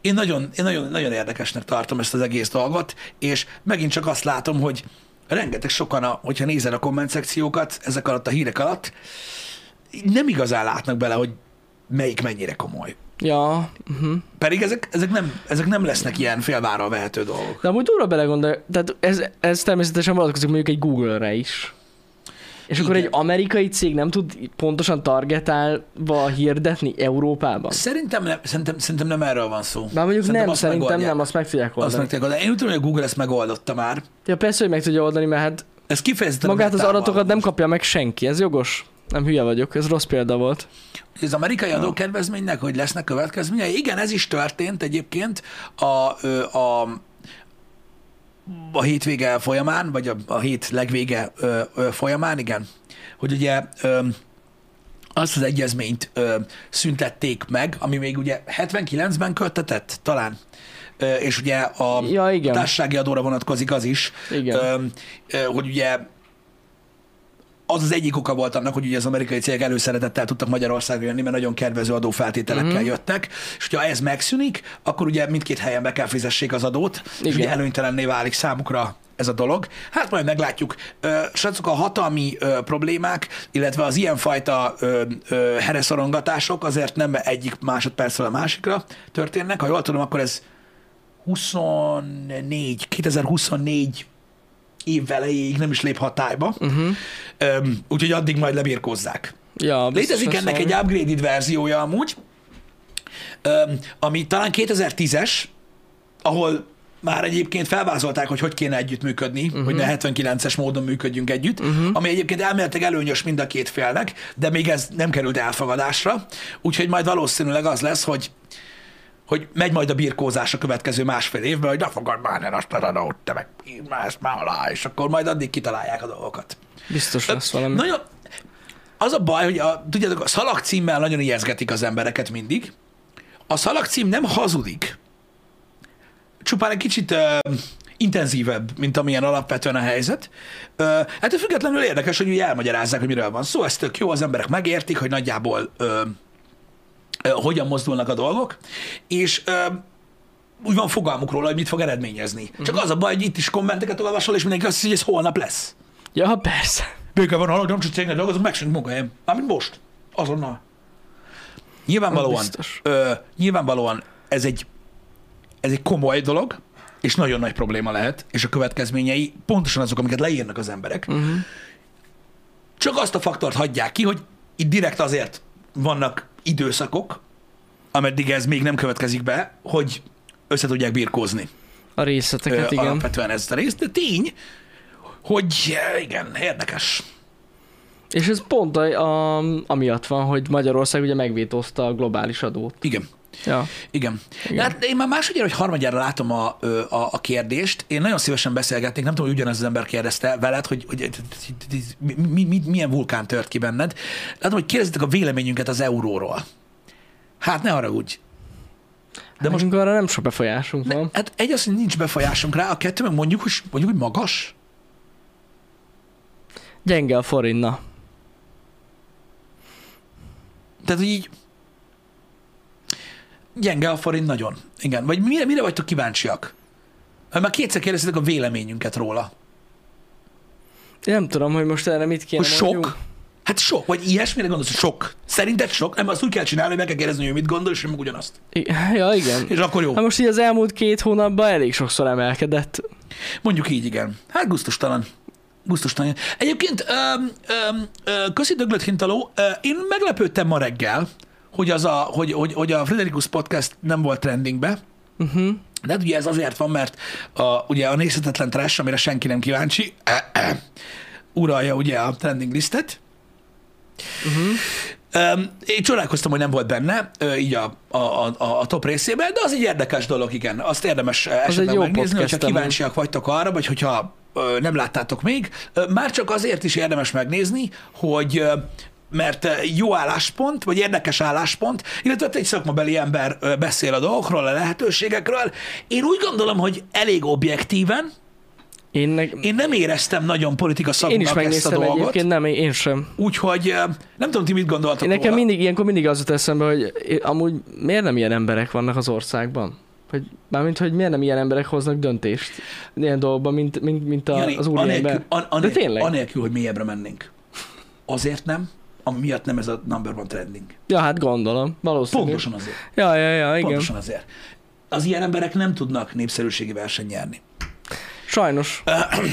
Speaker 1: én nagyon, én nagyon, nagyon érdekesnek tartom ezt az egész dolgot, és megint csak azt látom, hogy rengeteg sokan, a, hogyha nézel a komment szekciókat ezek alatt a hírek alatt, nem igazán látnak bele, hogy melyik mennyire komoly.
Speaker 2: Ja, uh-huh.
Speaker 1: Pedig ezek, ezek, nem, ezek nem lesznek ilyen félvára vehető dolgok.
Speaker 2: de amúgy durva belegondolj, tehát ez, ez természetesen vonatkozik mondjuk egy Google-re is. És akkor
Speaker 1: Igen.
Speaker 2: egy amerikai cég nem tud pontosan targetálva hirdetni Európában?
Speaker 1: Szerintem nem, szerintem, szerintem nem erről van szó.
Speaker 2: Bár mondjuk nem,
Speaker 1: azt
Speaker 2: szerintem
Speaker 1: megoldják.
Speaker 2: nem, azt meg tudják
Speaker 1: Azt
Speaker 2: oldani.
Speaker 1: meg de én úgy tudom, hogy a Google ezt megoldotta már.
Speaker 2: Ja, persze, hogy meg tudja oldani, mert hát
Speaker 1: Ez kifejezetten...
Speaker 2: magát az
Speaker 1: megtámadó.
Speaker 2: adatokat nem kapja meg senki, ez jogos. Nem hülye vagyok, ez rossz példa volt.
Speaker 1: Az amerikai adókedvezménynek, hogy lesznek következményei? Igen, ez is történt egyébként a, ö, a, a hétvége folyamán, vagy a, a hét legvége ö, ö, folyamán, igen, hogy ugye ö, azt az egyezményt ö, szüntették meg, ami még ugye 79-ben köttetett talán, ö, és ugye a
Speaker 2: Ja, igen.
Speaker 1: társasági adóra vonatkozik az is,
Speaker 2: Igen.
Speaker 1: Ö, ö, hogy ugye az az egyik oka volt annak, hogy ugye az amerikai cégek előszeretettel tudtak Magyarországra jönni, mert nagyon kedvező adófeltételekkel uh-huh. jöttek, és hogyha ez megszűnik, akkor ugye mindkét helyen be kell fizessék az adót, Igen. és
Speaker 2: Igen.
Speaker 1: ugye előnytelenné válik számukra ez a dolog. Hát majd meglátjuk. Ö, Srácok, a hatalmi ö, problémák, illetve az ilyenfajta ö, ö, hereszorongatások azért nem egyik másodpercről a másikra történnek. Ha jól tudom, akkor ez 24, 2024 év elejéig nem is lép hatályba, uh-huh. Öm, úgyhogy addig majd lebírkozzák.
Speaker 2: Ja, biztos
Speaker 1: Létezik
Speaker 2: lesz
Speaker 1: ennek
Speaker 2: valami.
Speaker 1: egy upgraded verziója amúgy, öm, ami talán 2010-es, ahol már egyébként felvázolták, hogy hogy kéne együttműködni, uh-huh. hogy ne 79-es módon működjünk együtt, uh-huh. ami egyébként elméletileg előnyös mind a két félnek, de még ez nem került elfogadásra, úgyhogy majd valószínűleg az lesz, hogy hogy megy majd a birkózás a következő másfél évben, hogy na fogad már el azt a Renault, te meg írd már ezt már alá, és akkor majd addig kitalálják a dolgokat.
Speaker 2: Biztos lesz valami.
Speaker 1: Nagyon, az a baj, hogy a, tudjátok, a szalag címmel nagyon ijeszgetik az embereket mindig. A szalag cím nem hazudik. Csupán egy kicsit ö, intenzívebb, mint amilyen alapvetően a helyzet. Ö, hát függetlenül érdekes, hogy ugye elmagyarázzák, hogy miről van szó. Ez tök jó, az emberek megértik, hogy nagyjából ö, ö, hogyan mozdulnak a dolgok, és ö, úgy van fogalmuk róla, hogy mit fog eredményezni. Uh-huh.
Speaker 2: Mhm.
Speaker 1: Csak az a baj, hogy itt is kommenteket olvasol, és mindenki azt hiszi, hogy ez holnap lesz.
Speaker 2: Ja, persze.
Speaker 1: Béke van, hallod, nem csak cégnél dolgozom, megszűnt munkahelyem. Mármint most. Azonnal. Nyilvánvalóan,
Speaker 2: Biztos.
Speaker 1: ö, nyilvánvalóan ez egy, ez egy komoly dolog, és nagyon nagy probléma lehet, és a következményei pontosan azok, amiket leírnak az emberek. Uh-huh.
Speaker 2: Mhm.
Speaker 1: Csak azt a faktort hagyják ki, hogy itt direkt azért vannak időszakok, ameddig ez még nem következik be, hogy össze tudják birkózni
Speaker 2: A részleteket,
Speaker 1: ö,
Speaker 2: Hát igen.
Speaker 1: alapvetően ezt a részt, de tény, hogy eh, igen, érdekes.
Speaker 2: És ez pont a, a, amiatt van, hogy Magyarország ugye megvétózta a globális adót.
Speaker 1: Igen.
Speaker 2: Ja.
Speaker 1: Igen.
Speaker 2: Igen.
Speaker 1: Igen. Hát én már másodjára, hogy harmadjára látom a, ö, a, a kérdést. Én nagyon szívesen beszélgetnék, nem tudom, hogy ugyanaz az ember kérdezte veled, hogy, hogy mi, mi, mi, milyen vulkán tört ki benned. Látom, hogy kérdeztek a véleményünket az euróról. Hát ne haragudj.
Speaker 2: De most Hát arra nem sok befolyásunk
Speaker 1: Ne,
Speaker 2: van.
Speaker 1: hát egy az, hogy nincs befolyásunk rá, a kettő meg mondjuk, hogy, mondjuk, hogy magas.
Speaker 2: Gyenge a forint, na.
Speaker 1: Tehát, hogy így gyenge a forint nagyon. Igen. Vagy mire, mire vagytok kíváncsiak? Mert már kétszer kérdeztetek a véleményünket róla.
Speaker 2: Én nem tudom, hogy most erre mit kéne
Speaker 1: Hogy sok? Hát sok, vagy ilyesmire gondolsz, hogy sok. Szerinted sok? Nem, azt úgy kell csinálni, hogy meg kell kérdezni, hogy ő mit gondol, és én meg ugyanazt.
Speaker 2: I- ja, igen.
Speaker 1: És akkor jó.
Speaker 2: Hát most így az elmúlt két hónapban elég sokszor emelkedett.
Speaker 1: Mondjuk így, igen. Hát guztustalan. Guztustalan. Egyébként, öm, öm, ö, köszi Döglött Hintaló, ö, én meglepődtem ma reggel, hogy, az a, hogy, hogy, hogy a Frederikus Podcast nem volt trendingbe.
Speaker 2: Uh-huh.
Speaker 1: De hát ugye ez azért van, mert a, ugye a nézhetetlen trash, amire senki nem kíváncsi, uralja ugye a trending listet.
Speaker 2: Mhm.
Speaker 1: Uh-huh. Um, én csodálkoztam, hogy nem volt benne, ö, így a, a, a, a top részében, de az egy érdekes dolog, igen. Azt érdemes ö, esetleg
Speaker 2: jó
Speaker 1: megnézni,
Speaker 2: podcast
Speaker 1: hogyha
Speaker 2: amúgy.
Speaker 1: kíváncsiak vagytok arra, vagy hogyha ö, nem láttátok még. Ö, Már csak azért is érdemes megnézni, hogy ö, mert ö, jó álláspont, vagy érdekes álláspont, illetve ott egy szakmabeli ember ö, beszél a dolgokról, a lehetőségekről. Én úgy gondolom, hogy elég objektíven,
Speaker 2: Én, ne-
Speaker 1: én nem éreztem nagyon politika
Speaker 2: én
Speaker 1: szakmának
Speaker 2: is
Speaker 1: ezt a
Speaker 2: megnéztem
Speaker 1: dolgot.
Speaker 2: egyébként, nem, én sem.
Speaker 1: Úgyhogy ö, nem tudom, ti mit gondoltok
Speaker 2: Én nekem
Speaker 1: róla.
Speaker 2: mindig, ilyenkor mindig az jut eszembe, hogy é- amúgy miért nem ilyen emberek vannak az országban? Hogy, mármint, hogy miért nem ilyen emberek hoznak döntést ilyen dolgokban, mint, mint, mint a,
Speaker 1: Jani,
Speaker 2: az úriember.
Speaker 1: anélkül, an,
Speaker 2: De
Speaker 1: anélkül,
Speaker 2: tényleg?
Speaker 1: anélkül, hogy mélyebbre mennénk. Azért nem, ami miatt nem ez a number one trending.
Speaker 2: Ja, hát gondolom, valószínű.
Speaker 1: Pontosan azért.
Speaker 2: Ja, ja, ja, igen.
Speaker 1: Pontosan azért. Az ilyen emberek nem tudnak népszerűségi versenyt nyerni.
Speaker 2: Sajnos.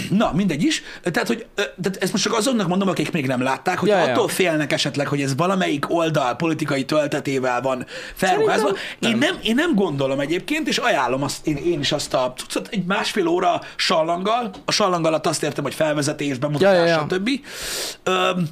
Speaker 1: Na, mindegy is. Tehát, hogy ö, tehát ezt most csak azoknak mondom, akik még nem látták, hogy
Speaker 2: Ja,
Speaker 1: ja,
Speaker 2: ja.
Speaker 1: attól félnek esetleg, hogy ez valamelyik oldal politikai töltetével van felruházva.
Speaker 2: Szerintem
Speaker 1: Én nem, én nem gondolom egyébként, és ajánlom azt, én, én is azt a cuccot, egy másfél óra sallanggal. A sallang alatt azt értem, hogy felvezetés, bemutatás,
Speaker 2: Ja,
Speaker 1: ja,
Speaker 2: ja, ja.
Speaker 1: ja, ja. stb. Öm,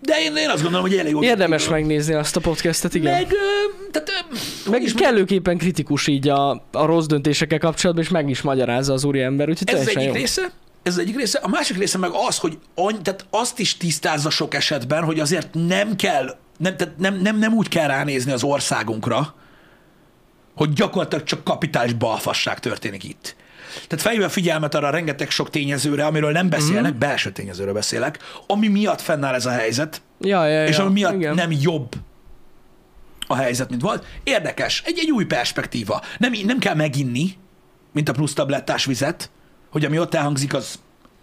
Speaker 1: De én, én azt gondolom, hogy elég jó.
Speaker 2: Érdemes megnézni azt a podcastet, igen.
Speaker 1: Meg, ö, tehát, ö, hogy
Speaker 2: Meg
Speaker 1: is mondjam,
Speaker 2: kellőképpen kritikus így a, a rossz döntésekkel kapcsolatban, és meg is magyarázza az úriember, úgyhogy
Speaker 1: Ez az
Speaker 2: teljesen
Speaker 1: egyik
Speaker 2: jó.
Speaker 1: része. Ez az egyik része. A másik része meg az, hogy any, tehát azt is tisztázza sok esetben, hogy azért nem kell, nem, tehát nem, nem, nem úgy kell ránézni az országunkra, hogy gyakorlatilag csak kapitális balfasság történik itt. Tehát felhívja a figyelmet arra a rengeteg sok tényezőre, amiről nem beszélnek,
Speaker 2: Mhm.
Speaker 1: mm. belső tényezőről beszélek, ami miatt fennáll ez a helyzet,
Speaker 2: Ja, ja, ja.
Speaker 1: és ami miatt
Speaker 2: igen.
Speaker 1: nem jobb a helyzet, mint volt. Érdekes, egy, egy új perspektíva. Nem, nem kell meginni, mint a plusz tablettás vizet, hogy ami ott elhangzik, az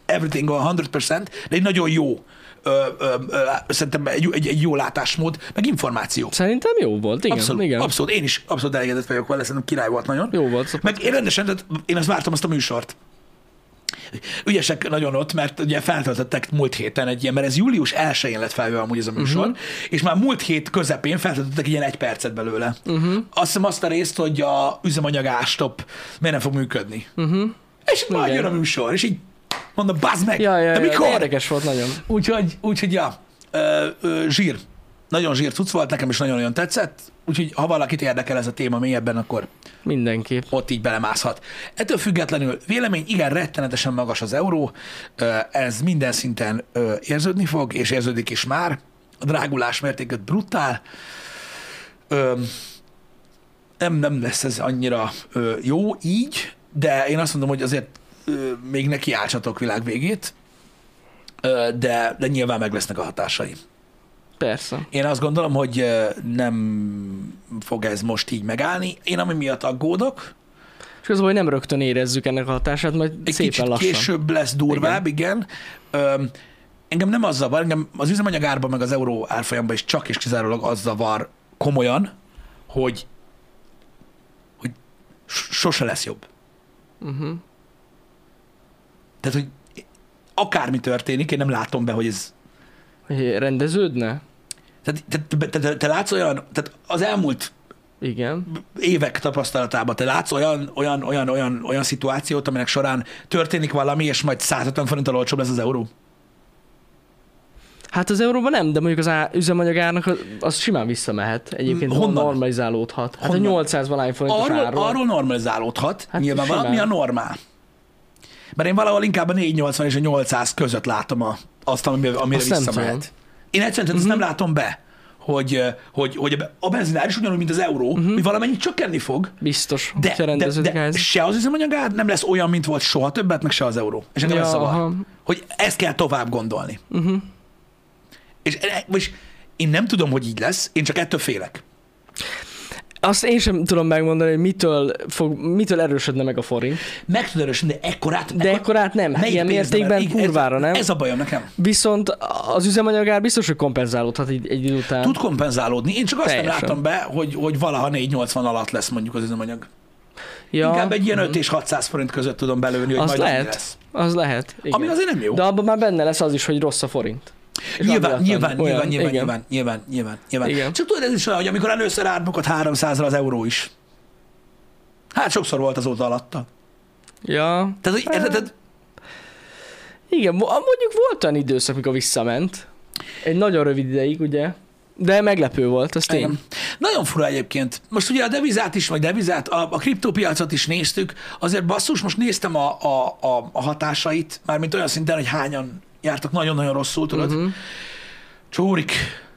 Speaker 1: everything on 100%, de egy nagyon jó, ö, ö, ö, szerintem egy, egy, egy jó látásmód, meg információ.
Speaker 2: Szerintem jó volt, igen.
Speaker 1: Abszolút,
Speaker 2: igen.
Speaker 1: abszolút, én is abszolút elégedett vagyok vele, szerintem király volt nagyon.
Speaker 2: Jó volt, szóval.
Speaker 1: Meg én rendesen, tehát én azt vártam azt a műsort. Ügyesek nagyon ott, mert ugye feltöltöttek múlt héten egy ilyen, mert ez július 1-én lett felvéve amúgy ez a műsor,
Speaker 2: Mhm.
Speaker 1: uh-huh. és már múlt hét közepén feltöltöttek ilyen egy percet belőle.
Speaker 2: Mhm.
Speaker 1: Uh-huh. Azt hiszem azt a részt, hogy a üzemanyag ástop miért nem fog működni. Uh-huh. És majd
Speaker 2: Mhm. Igen.
Speaker 1: jön a műsor, és így mondom, bazd meg,
Speaker 2: Ja, ja,
Speaker 1: de
Speaker 2: ja,
Speaker 1: mikor?
Speaker 2: Érdekes volt nagyon.
Speaker 1: Úgyhogy, úgyhogy ja, ö, ö, zsír. Nagyon zsír cucc volt, nekem is nagyon-nagyon tetszett, úgyhogy ha valakit érdekel ez a téma mélyebben, akkor
Speaker 2: Mindenképp.
Speaker 1: ott így belemászhat. Ettől függetlenül vélemény, igen, rettenetesen magas az euró, ö, ez minden szinten ö, érződni fog, és érződik is már. A drágulás mértéket brutál. Ö, Nem, nem lesz ez annyira ö, jó így, de én azt mondom, hogy azért ö, még neki álltsatok világ végét, Ö, de, de nyilván meg lesznek a hatásai.
Speaker 2: Persze.
Speaker 1: Én azt gondolom, hogy ö, nem fog ez most így megállni. Én ami miatt aggódok,
Speaker 2: És az, hogy nem rögtön érezzük ennek a hatását, majd
Speaker 1: egy
Speaker 2: szépen
Speaker 1: kicsit
Speaker 2: lassan.
Speaker 1: később lesz durvább, igen. igen. Öm, engem nem az zavar, engem az üzemanyag árban, meg az euró árfolyamban is csak és kizárólag az zavar komolyan, hogy, hogy s- sose lesz jobb.
Speaker 2: Uh-huh.
Speaker 1: Tehát, hogy akármi történik, én nem látom be, hogy ez,
Speaker 2: Hogy rendeződne?
Speaker 1: tehát, tehát te, te, te látsz olyan, tehát az elmúlt
Speaker 2: Igen.
Speaker 1: évek tapasztalatában te látsz olyan, olyan, olyan, olyan, olyan szituációt, aminek során történik valami, és majd 150 forinttal olcsóbb lesz az euró?
Speaker 2: Hát az euróban nem, de mondjuk az á, üzemanyagárnak az, az simán visszamehet. Egyébként
Speaker 1: Honnan?
Speaker 2: Honnan? normalizálódhat. Hát
Speaker 1: Honnan?
Speaker 2: a 800 valány forintos
Speaker 1: arról,
Speaker 2: árról.
Speaker 1: arról normalizálódhat,
Speaker 2: Hát
Speaker 1: hát nyilván
Speaker 2: simán.
Speaker 1: valami a normál. Mert én valahol inkább a 480 és a 800 között látom a, azt, amire, amire
Speaker 2: Azt nem tudom. Mhm.
Speaker 1: visszamehet. Én egyszerűen uh-huh. ezt nem látom be, hogy, hogy, hogy a be- a benzinár is ugyanúgy, mint az euró, uh-huh. hogy valamennyit csökkenni fog,
Speaker 2: Biztos,
Speaker 1: de,
Speaker 2: hogyha
Speaker 1: de,
Speaker 2: Mhm. rendeződik a
Speaker 1: de
Speaker 2: helyzet.
Speaker 1: se az üzemanyagár nem lesz olyan, mint volt soha többet, meg se az euró. És engem ja, ez zavar.
Speaker 2: aha. Mhm.
Speaker 1: Hogy ezt kell tovább gondolni. Uh-huh. És, és én nem tudom, hogy így lesz, én csak ettől félek.
Speaker 2: Azt én sem tudom megmondani, hogy mitől, fog, mitől erősödne meg a forint.
Speaker 1: Meg tudod erősödni, de ekkorát...
Speaker 2: De ekkorát nem. Hát
Speaker 1: Melyik
Speaker 2: ilyen
Speaker 1: pénzben?
Speaker 2: mértékben
Speaker 1: Igen,
Speaker 2: kurvára,
Speaker 1: ez,
Speaker 2: nem?
Speaker 1: Ez a bajom nekem.
Speaker 2: Viszont az üzemanyagár biztos, hogy kompenzálódhat egy, egy idő után.
Speaker 1: Tud kompenzálódni. Én csak azt
Speaker 2: Teljesen.
Speaker 1: nem láttam be, hogy, hogy valaha 480 alatt lesz mondjuk az üzemanyag.
Speaker 2: ja,
Speaker 1: Inkább egy ilyen 5 és 600 forint között tudom belőni, hogy
Speaker 2: az
Speaker 1: majd
Speaker 2: lehet,
Speaker 1: annyi lesz.
Speaker 2: az lehet. Igen.
Speaker 1: Ami azért nem jó.
Speaker 2: De abban már benne lesz az is, hogy rossz a forint. És
Speaker 1: Nyilván,
Speaker 2: amiatt
Speaker 1: nyilván,
Speaker 2: olyan-
Speaker 1: nyilván, nyilván,
Speaker 2: igen.
Speaker 1: nyilván, nyilván, nyilván, nyilván.
Speaker 2: Igen.
Speaker 1: Csak tudod, ez is olyan, hogy amikor először átbukott 300-ra az euró is. Hát sokszor volt azóta alatta.
Speaker 2: Ja,
Speaker 1: Tehát, hogy, érted, tehát
Speaker 2: igen, mo- mondjuk volt olyan időszak, mikor visszament. Egy nagyon rövid ideig, ugye? De meglepő volt, az tény.
Speaker 1: Igen. Nagyon fura egyébként. Most ugye a devizát is, vagy devizát, a, a kriptópiacot is néztük, azért basszus, most néztem a, a, a, a hatásait, mármint olyan szinten, hogy hányan jártak nagyon-nagyon rosszul, tudod. Uh-huh. Csórik,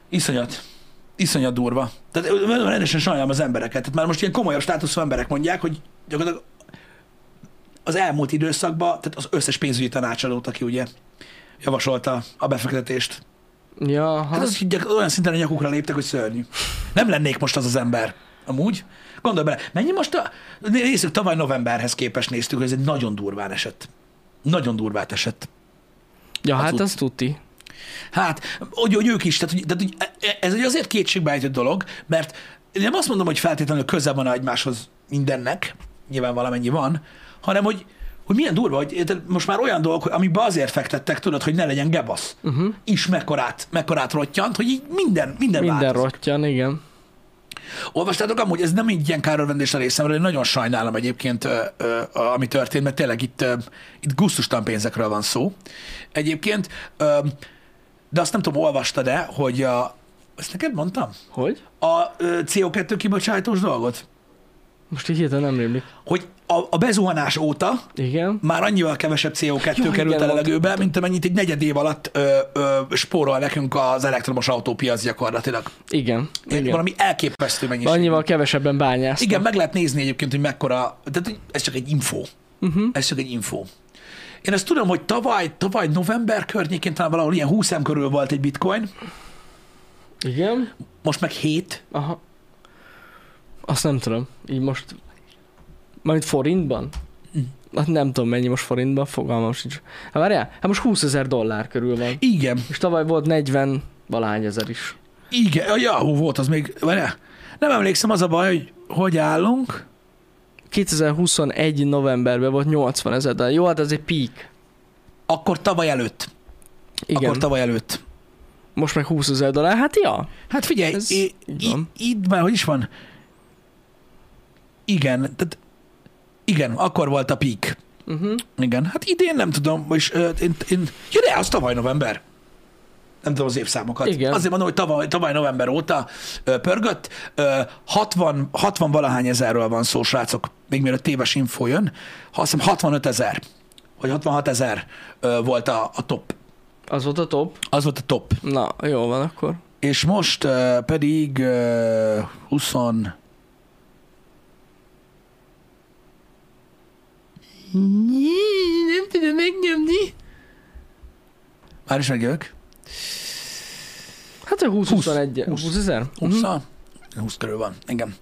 Speaker 1: iszonyat. Iszonyat durva. Tehát ö, ö, rendesen sajnálom az embereket. Tehát már most ilyen komolyabb státuszú emberek mondják, hogy gyakorlatilag az elmúlt időszakban, tehát az összes pénzügyi tanácsadót, aki ugye javasolta a befektetést,
Speaker 2: Ja, ha.
Speaker 1: Hát az így gyak- olyan szinten a nyakukra léptek, hogy szörnyű. Nem lennék most az az ember, amúgy, Gondolj bele, mennyi most a... Nézzük, tavaly novemberhez képest néztük, hogy ez egy nagyon durván esett. Nagyon durvát esett.
Speaker 2: Ja,
Speaker 1: Az
Speaker 2: hát
Speaker 1: út.
Speaker 2: az tuti.
Speaker 1: Hát, hogy, hogy ők is, tehát, hogy, tehát hogy ez egy azért kétségbejtő dolog, mert én nem azt mondom, hogy feltétlenül köze van egymáshoz mindennek, nyilván valamennyi van, hanem hogy, hogy milyen durva, hogy érted, most már olyan dolgok, amikbe azért fektettek, tudod, hogy ne legyen gebasz, uh-huh. is mekkorát, mekkorát rottyant, hogy így minden, minden,
Speaker 2: Minden
Speaker 1: változik.
Speaker 2: rottyan, igen.
Speaker 1: Olvastátok amúgy, ez nem így ilyen kárörvendés a részemről, én nagyon sajnálom egyébként, ö, ö, a- ami történt, mert tényleg itt, ö, itt gusztustalan pénzekről van szó. Egyébként, ö, de azt nem tudom, olvastad-e, hogy a, ezt neked mondtam?
Speaker 2: Hogy?
Speaker 1: A ö, CO2 kibocsátós dolgot?
Speaker 2: Most így hirtelen nem rémlik.
Speaker 1: Hogy a, a bezuhanás óta
Speaker 2: Igen.
Speaker 1: már annyival kevesebb CO2
Speaker 2: Jó,
Speaker 1: Jó, került
Speaker 2: igen,
Speaker 1: a
Speaker 2: mondtad,
Speaker 1: levegőbe, mint amennyit egy negyed év alatt ö, ö, spórol nekünk az elektromos autópiac gyakorlatilag.
Speaker 2: Igen.
Speaker 1: Igen.
Speaker 2: igen.
Speaker 1: Valami elképesztő mennyiség.
Speaker 2: Annyival kevesebben bányász.
Speaker 1: Igen, meg lehet nézni egyébként, hogy mekkora, tehát hogy ez csak egy info.
Speaker 2: Mhm.
Speaker 1: Uh-huh. Ez csak egy info. Én azt tudom, hogy tavaly, tavaly november környékén talán valahol ilyen 20 M körül volt egy bitcoin,
Speaker 2: Igen.
Speaker 1: most meg 7.
Speaker 2: Aha. Azt nem tudom. Így most... Majd forintban?
Speaker 1: Hmm.
Speaker 2: Hát nem tudom mennyi most forintban, fogalmam sincs. Hát várjál, hát most 20 ezer dollár körül van.
Speaker 1: Igen,
Speaker 2: És tavaly volt 40 valahány ezer is.
Speaker 1: igen, a Yahoo volt az még, várjál. Nem emlékszem, az a baj, hogy hogy állunk.
Speaker 2: 2021 novemberben volt 80 ezer dollár. Jó, hát ez egy peak.
Speaker 1: Akkor tavaly előtt.
Speaker 2: Igen.
Speaker 1: Akkor tavaly előtt.
Speaker 2: Most meg 20 ezer dollár, hát ja.
Speaker 1: Hát figyelj,
Speaker 2: Ez
Speaker 1: Ez i-
Speaker 2: így
Speaker 1: i-
Speaker 2: van.
Speaker 1: itt már hogy is van? Igen, tehát igen, akkor volt a peak.
Speaker 2: Uh-huh.
Speaker 1: Igen, hát idén nem tudom, és ö, én, én, ja de, az tavaly november. Nem tudom az évszámokat.
Speaker 2: Igen.
Speaker 1: Azért mondom, hogy tavaly, tavaly november óta ö, pörgött. Ö, 60, 60 valahány ezerről van szó, srácok, még mielőtt téves info jön. Ha azt hiszem 65 ezer, vagy 66 ezer ö, volt a, a top.
Speaker 2: Az volt a top.
Speaker 1: Az volt a top.
Speaker 2: Na, jó van akkor.
Speaker 1: És most ö, pedig ö, 20...
Speaker 2: Nem tudom megnyomni.
Speaker 1: Már is megjövök.
Speaker 2: Hát a
Speaker 1: 20.
Speaker 2: 20 21
Speaker 1: 20.
Speaker 2: 20 ezer?
Speaker 1: 20 uh 20 körül van, igen.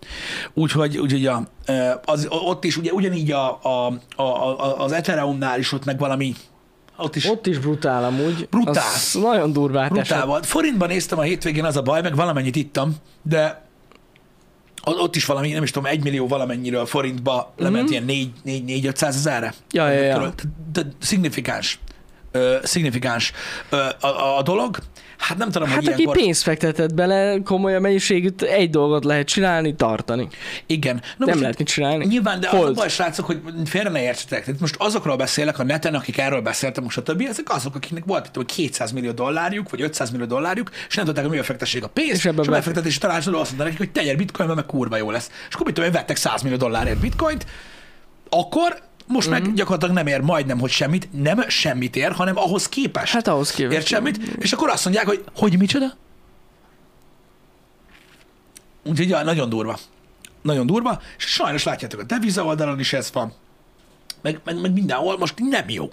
Speaker 1: Úgyhogy, úgyhogy a, ö, az, ott is ugye, ugyanígy a, a, a, a, az Ethereumnál is ott meg valami, ott is
Speaker 2: Ott is brutál amúgy.
Speaker 1: Brutál.
Speaker 2: Az nagyon durvát
Speaker 1: brutál
Speaker 2: esett.
Speaker 1: volt. Forintban néztem a hétvégén, az a baj, meg valamennyit ittam, de o- ott is valami, nem is tudom, egy millió valamennyiről forintba lement ilyen 4 4 4 500 ezerre.
Speaker 2: Mhm. Ja, ja, ja.
Speaker 1: Körül. De, de szignifikáns. Ö, szignifikáns ö, a, a, a dolog. Hát nem tudom,
Speaker 2: Hát
Speaker 1: hogy
Speaker 2: aki
Speaker 1: ilyenkor...
Speaker 2: pénzt fektetett bele, komoly a mennyiségűt, egy dolgot lehet csinálni, tartani.
Speaker 1: Igen. Na
Speaker 2: Nem
Speaker 1: most-
Speaker 2: lehet mit csinálni.
Speaker 1: Nyilván, de az a
Speaker 2: Hold.
Speaker 1: baj, srácok, hogy félre ne értsetek. Tehát most azokról beszélek a neten, akik erről beszéltem, most a többi, ezek azok, akiknek volt itt 200 millió dollárjuk, vagy 500 millió dollárjuk, és nem tudták, hogy mivel fektessék a pénzt,
Speaker 2: És
Speaker 1: és,
Speaker 2: ebbe
Speaker 1: és a
Speaker 2: be-
Speaker 1: befektetési tanácsadó azt mondta nekik, hogy tegyél bitcoinba, meg kurva jó lesz. És akkor mit tudom, én, vettek 100 millió dollárért bitcoint, akkor most meg
Speaker 2: Mhm.
Speaker 1: gyakorlatilag nem ér majdnem, hogy semmit, nem semmit ér, hanem ahhoz képest.
Speaker 2: Hát ahhoz képest.
Speaker 1: Ért semmit, és akkor azt mondják, hogy hogy micsoda? Úgyhogy ja, nagyon durva. Nagyon durva, és sajnos látjátok, a deviza oldalon is ez van, meg, meg, meg mindenhol most nem jó.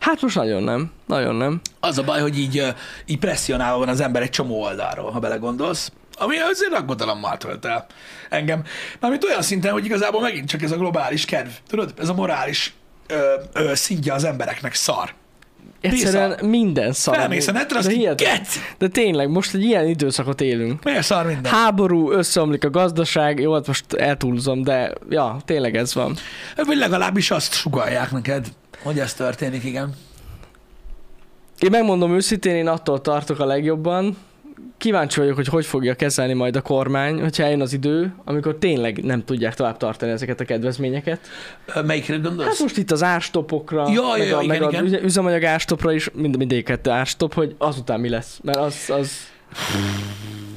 Speaker 2: Hát most nagyon nem. Nagyon nem.
Speaker 1: Az a baj, hogy így, ö, így presszionálva van az ember egy csomó oldalról, ha belegondolsz. Ami azért aggodalommal tölt el engem. Mármint olyan szinten, hogy igazából megint csak ez a globális kedv, tudod, ez a morális ö, ö, szintje az embereknek szar.
Speaker 2: Egyszerűen
Speaker 1: Pénz
Speaker 2: minden szar.
Speaker 1: Felmész a netre, azt
Speaker 2: de,
Speaker 1: így,
Speaker 2: hihetet-
Speaker 1: get!
Speaker 2: de tényleg, most egy ilyen időszakot élünk.
Speaker 1: Miért szar minden?
Speaker 2: Háború, összeomlik a gazdaság, jó, hát most eltúlzom, de ja, tényleg ez van.
Speaker 1: Hát, Vagy legalábbis azt sugalják neked, hogy ez történik, igen.
Speaker 2: Én megmondom őszintén, én attól tartok a legjobban. Kíváncsi vagyok, hogy hogy fogja kezelni majd a kormány, hogyha eljön az idő, amikor tényleg nem tudják tovább tartani ezeket a kedvezményeket.
Speaker 1: Ö, Melyikre
Speaker 2: Hát
Speaker 1: gondolsz?
Speaker 2: most itt az ástopokra,
Speaker 1: Ja,
Speaker 2: meg
Speaker 1: ja,
Speaker 2: a,
Speaker 1: ja,
Speaker 2: meg
Speaker 1: igen,
Speaker 2: a
Speaker 1: igen.
Speaker 2: üze- üzemanyag ástopra is, mind, mindegyiket ástop, hogy azután mi lesz. Mert az, az...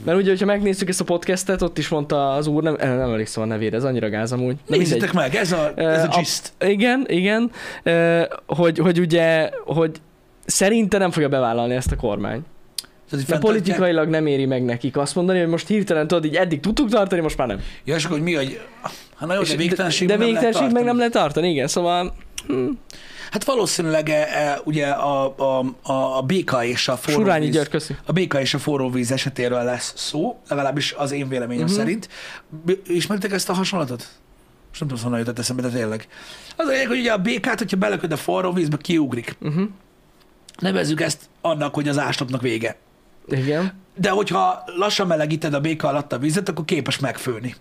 Speaker 2: Mert ugye, hogyha megnéztük ezt a podcastet, ott is mondta az úr, nem, nem emlékszem a nevére, ez annyira gáz amúgy. Na mindegy.
Speaker 1: Nézzétek meg, ez a, ez a
Speaker 2: Ö, a-
Speaker 1: gist.
Speaker 2: Igen, igen, Ö, hogy, hogy ugye, hogy szerinte nem fogja bevállalni ezt a kormány.
Speaker 1: Tehát,
Speaker 2: Mert
Speaker 1: hogy politikailag...
Speaker 2: politikailag nem éri meg nekik azt mondani, hogy most hirtelen tudod, így eddig tudtuk tartani, most már nem.
Speaker 1: Ja, és akkor hogy mi, hogy... Hát nagyon,
Speaker 2: És
Speaker 1: de végtelenség
Speaker 2: de, de végtelenség meg nem lehet tartani, igen, szóval
Speaker 1: Hát valószínűleg e, e, ugye a, a, a, a béka és a forró
Speaker 2: Surányi
Speaker 1: víz,
Speaker 2: György, köszi.
Speaker 1: a béka és a forró víz esetéről lesz szó, legalábbis az én véleményem
Speaker 2: Mhm.
Speaker 1: uh-huh. szerint. B- Ismeritek ezt a hasonlatot? Most nem tudom, honnan jutott eszembe, de tényleg. Az a lényeg, hogy ugye a békát, hogyha beleköd a forró vízbe, kiugrik.
Speaker 2: Uh-huh.
Speaker 1: Nevezzük ezt annak, hogy az áslapnak vége.
Speaker 2: Igen.
Speaker 1: De hogyha lassan melegíted a béka alatt a vizet, akkor képes megfőni.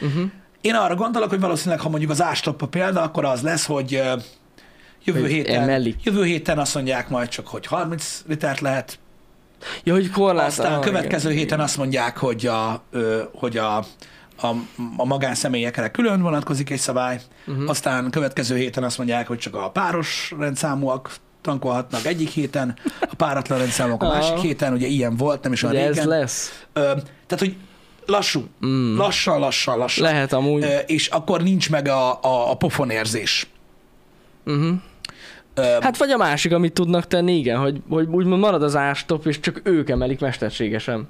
Speaker 2: Uh-huh.
Speaker 1: Én arra gondolok, hogy valószínűleg, ha mondjuk az ástop a példa, akkor az lesz, hogy ö, jövő
Speaker 2: Hogy
Speaker 1: héten,
Speaker 2: emelik.
Speaker 1: jövő héten azt mondják majd csak, hogy 30 litert lehet,
Speaker 2: Ja, hogy korlát.
Speaker 1: aztán a
Speaker 2: ah,
Speaker 1: következő
Speaker 2: igen.
Speaker 1: héten azt mondják, hogy a, ö, hogy a, a, a magánszemélyekre külön vonatkozik egy szabály,
Speaker 2: Mhm.
Speaker 1: uh-huh. aztán következő héten azt mondják, hogy csak a páros rendszámúak tankolhatnak egyik héten, a páratlan rendszámok a
Speaker 2: Ah.
Speaker 1: másik héten, ugye ilyen volt, nem is olyan
Speaker 2: Ugye
Speaker 1: régen.
Speaker 2: ez lesz.
Speaker 1: Ö, tehát, hogy lassú,
Speaker 2: Mm.
Speaker 1: lassan, lassan, lassan.
Speaker 2: Lehet amúgy.
Speaker 1: Ö, és akkor nincs meg a, a, a pofonérzés.
Speaker 2: Uh-huh.
Speaker 1: Ö,
Speaker 2: Hát vagy a másik, amit tudnak tenni, igen, hogy, hogy úgymond marad az ástop, és csak ők emelik mesterségesen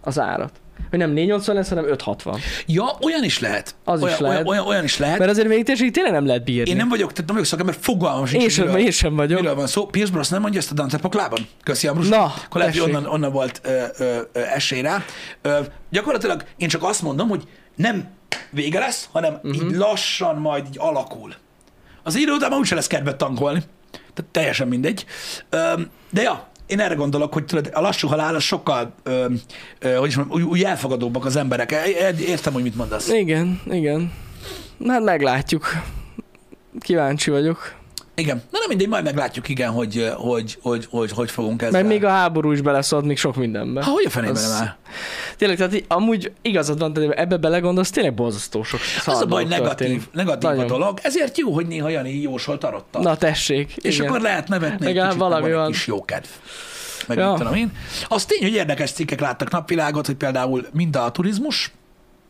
Speaker 2: az árat. Hogy nem 480 lesz, hanem 560.
Speaker 1: Ja, olyan is lehet.
Speaker 2: Az is
Speaker 1: olyan,
Speaker 2: lehet.
Speaker 1: Olyan, olyan, olyan is lehet.
Speaker 2: Mert azért végtelség tényleg nem lehet bírni.
Speaker 1: Én nem vagyok, tehát nem vagyok szakember, fogalmam sincs,
Speaker 2: én,
Speaker 1: hogy
Speaker 2: sem, én sem vagyok.
Speaker 1: miről van szó. Pierce Bros nem mondja ezt a Dante poklában. Köszi, Ambrus.
Speaker 2: Na,
Speaker 1: Akkor lehet, hogy
Speaker 2: tessék.
Speaker 1: onnan, onnan volt ö, ö, ö, esély rá. Ö, gyakorlatilag én csak azt mondom, hogy nem vége lesz, hanem uh-huh.
Speaker 2: Mhm.
Speaker 1: így lassan majd így alakul. Az idő után már úgyse lesz kedvet tankolni. Tehát teljesen mindegy. Ö, de ja, én erre gondolok, hogy tudod, a lassú halál az sokkal, ö, ö, hogy is mondjam, úgy, úgy elfogadóbbak az emberek. É- Értem, hogy mit mondasz.
Speaker 2: Igen, igen. Hát meglátjuk. Kíváncsi vagyok.
Speaker 1: Igen. Na nem mindegy, majd meglátjuk, igen, hogy hogy, hogy, hogy, hogy fogunk ezzel.
Speaker 2: Mert még a háború is beleszólt még sok mindenbe.
Speaker 1: Ha, hogy a fenében
Speaker 2: Az-
Speaker 1: nem áll?
Speaker 2: Tényleg, tehát í- amúgy igazad van, tehát ebbe belegondolsz, tényleg borzasztó sok
Speaker 1: Az a
Speaker 2: szar
Speaker 1: baj,
Speaker 2: dolog
Speaker 1: negatív,
Speaker 2: történik.
Speaker 1: negatív a
Speaker 2: Nagyon.
Speaker 1: dolog, ezért jó, hogy néha Jani jósol tarottal.
Speaker 2: Na tessék.
Speaker 1: és
Speaker 2: igen.
Speaker 1: akkor lehet nevetni egy
Speaker 2: Legalább
Speaker 1: kicsit, valami
Speaker 2: valami
Speaker 1: van egy
Speaker 2: van.
Speaker 1: kis jókedv. Meg
Speaker 2: Ja.
Speaker 1: ja. tudom én. Az tény, hogy érdekes cikkek láttak napvilágot, hogy például mind a turizmus,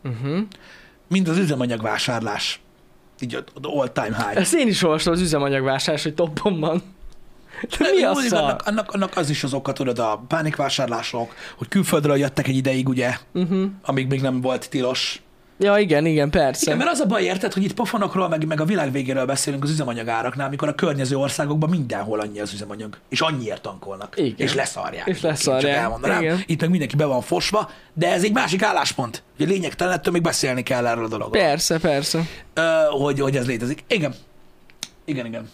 Speaker 2: Uh-huh.
Speaker 1: mind az üzemanyagvásárlás. Így az all time high.
Speaker 2: Ezt én is olvastam az üzemanyagvásárlás, hogy toppon van. De mi
Speaker 1: Mondjuk
Speaker 2: az szar?
Speaker 1: annak, annak, annak, az is az oka, tudod, a pánikvásárlások, hogy külföldről jöttek egy ideig, ugye,
Speaker 2: Uh-huh.
Speaker 1: amíg még nem volt tilos.
Speaker 2: Ja, igen, igen, persze.
Speaker 1: Igen, mert az a baj, érted, hogy itt pofonokról, meg, meg a világ végéről beszélünk az üzemanyagáraknál, mikor a környező országokban mindenhol annyi az üzemanyag, és annyiért tankolnak.
Speaker 2: Igen.
Speaker 1: És leszarják.
Speaker 2: És leszarják.
Speaker 1: Csak elmondanám.
Speaker 2: Igen.
Speaker 1: Itt meg mindenki be van fosva, de ez egy másik álláspont. Ugye lényegtelen, ettől még beszélni kell erről a dologról.
Speaker 2: Persze, persze.
Speaker 1: Ö, hogy, hogy ez létezik. Igen. Igen, igen.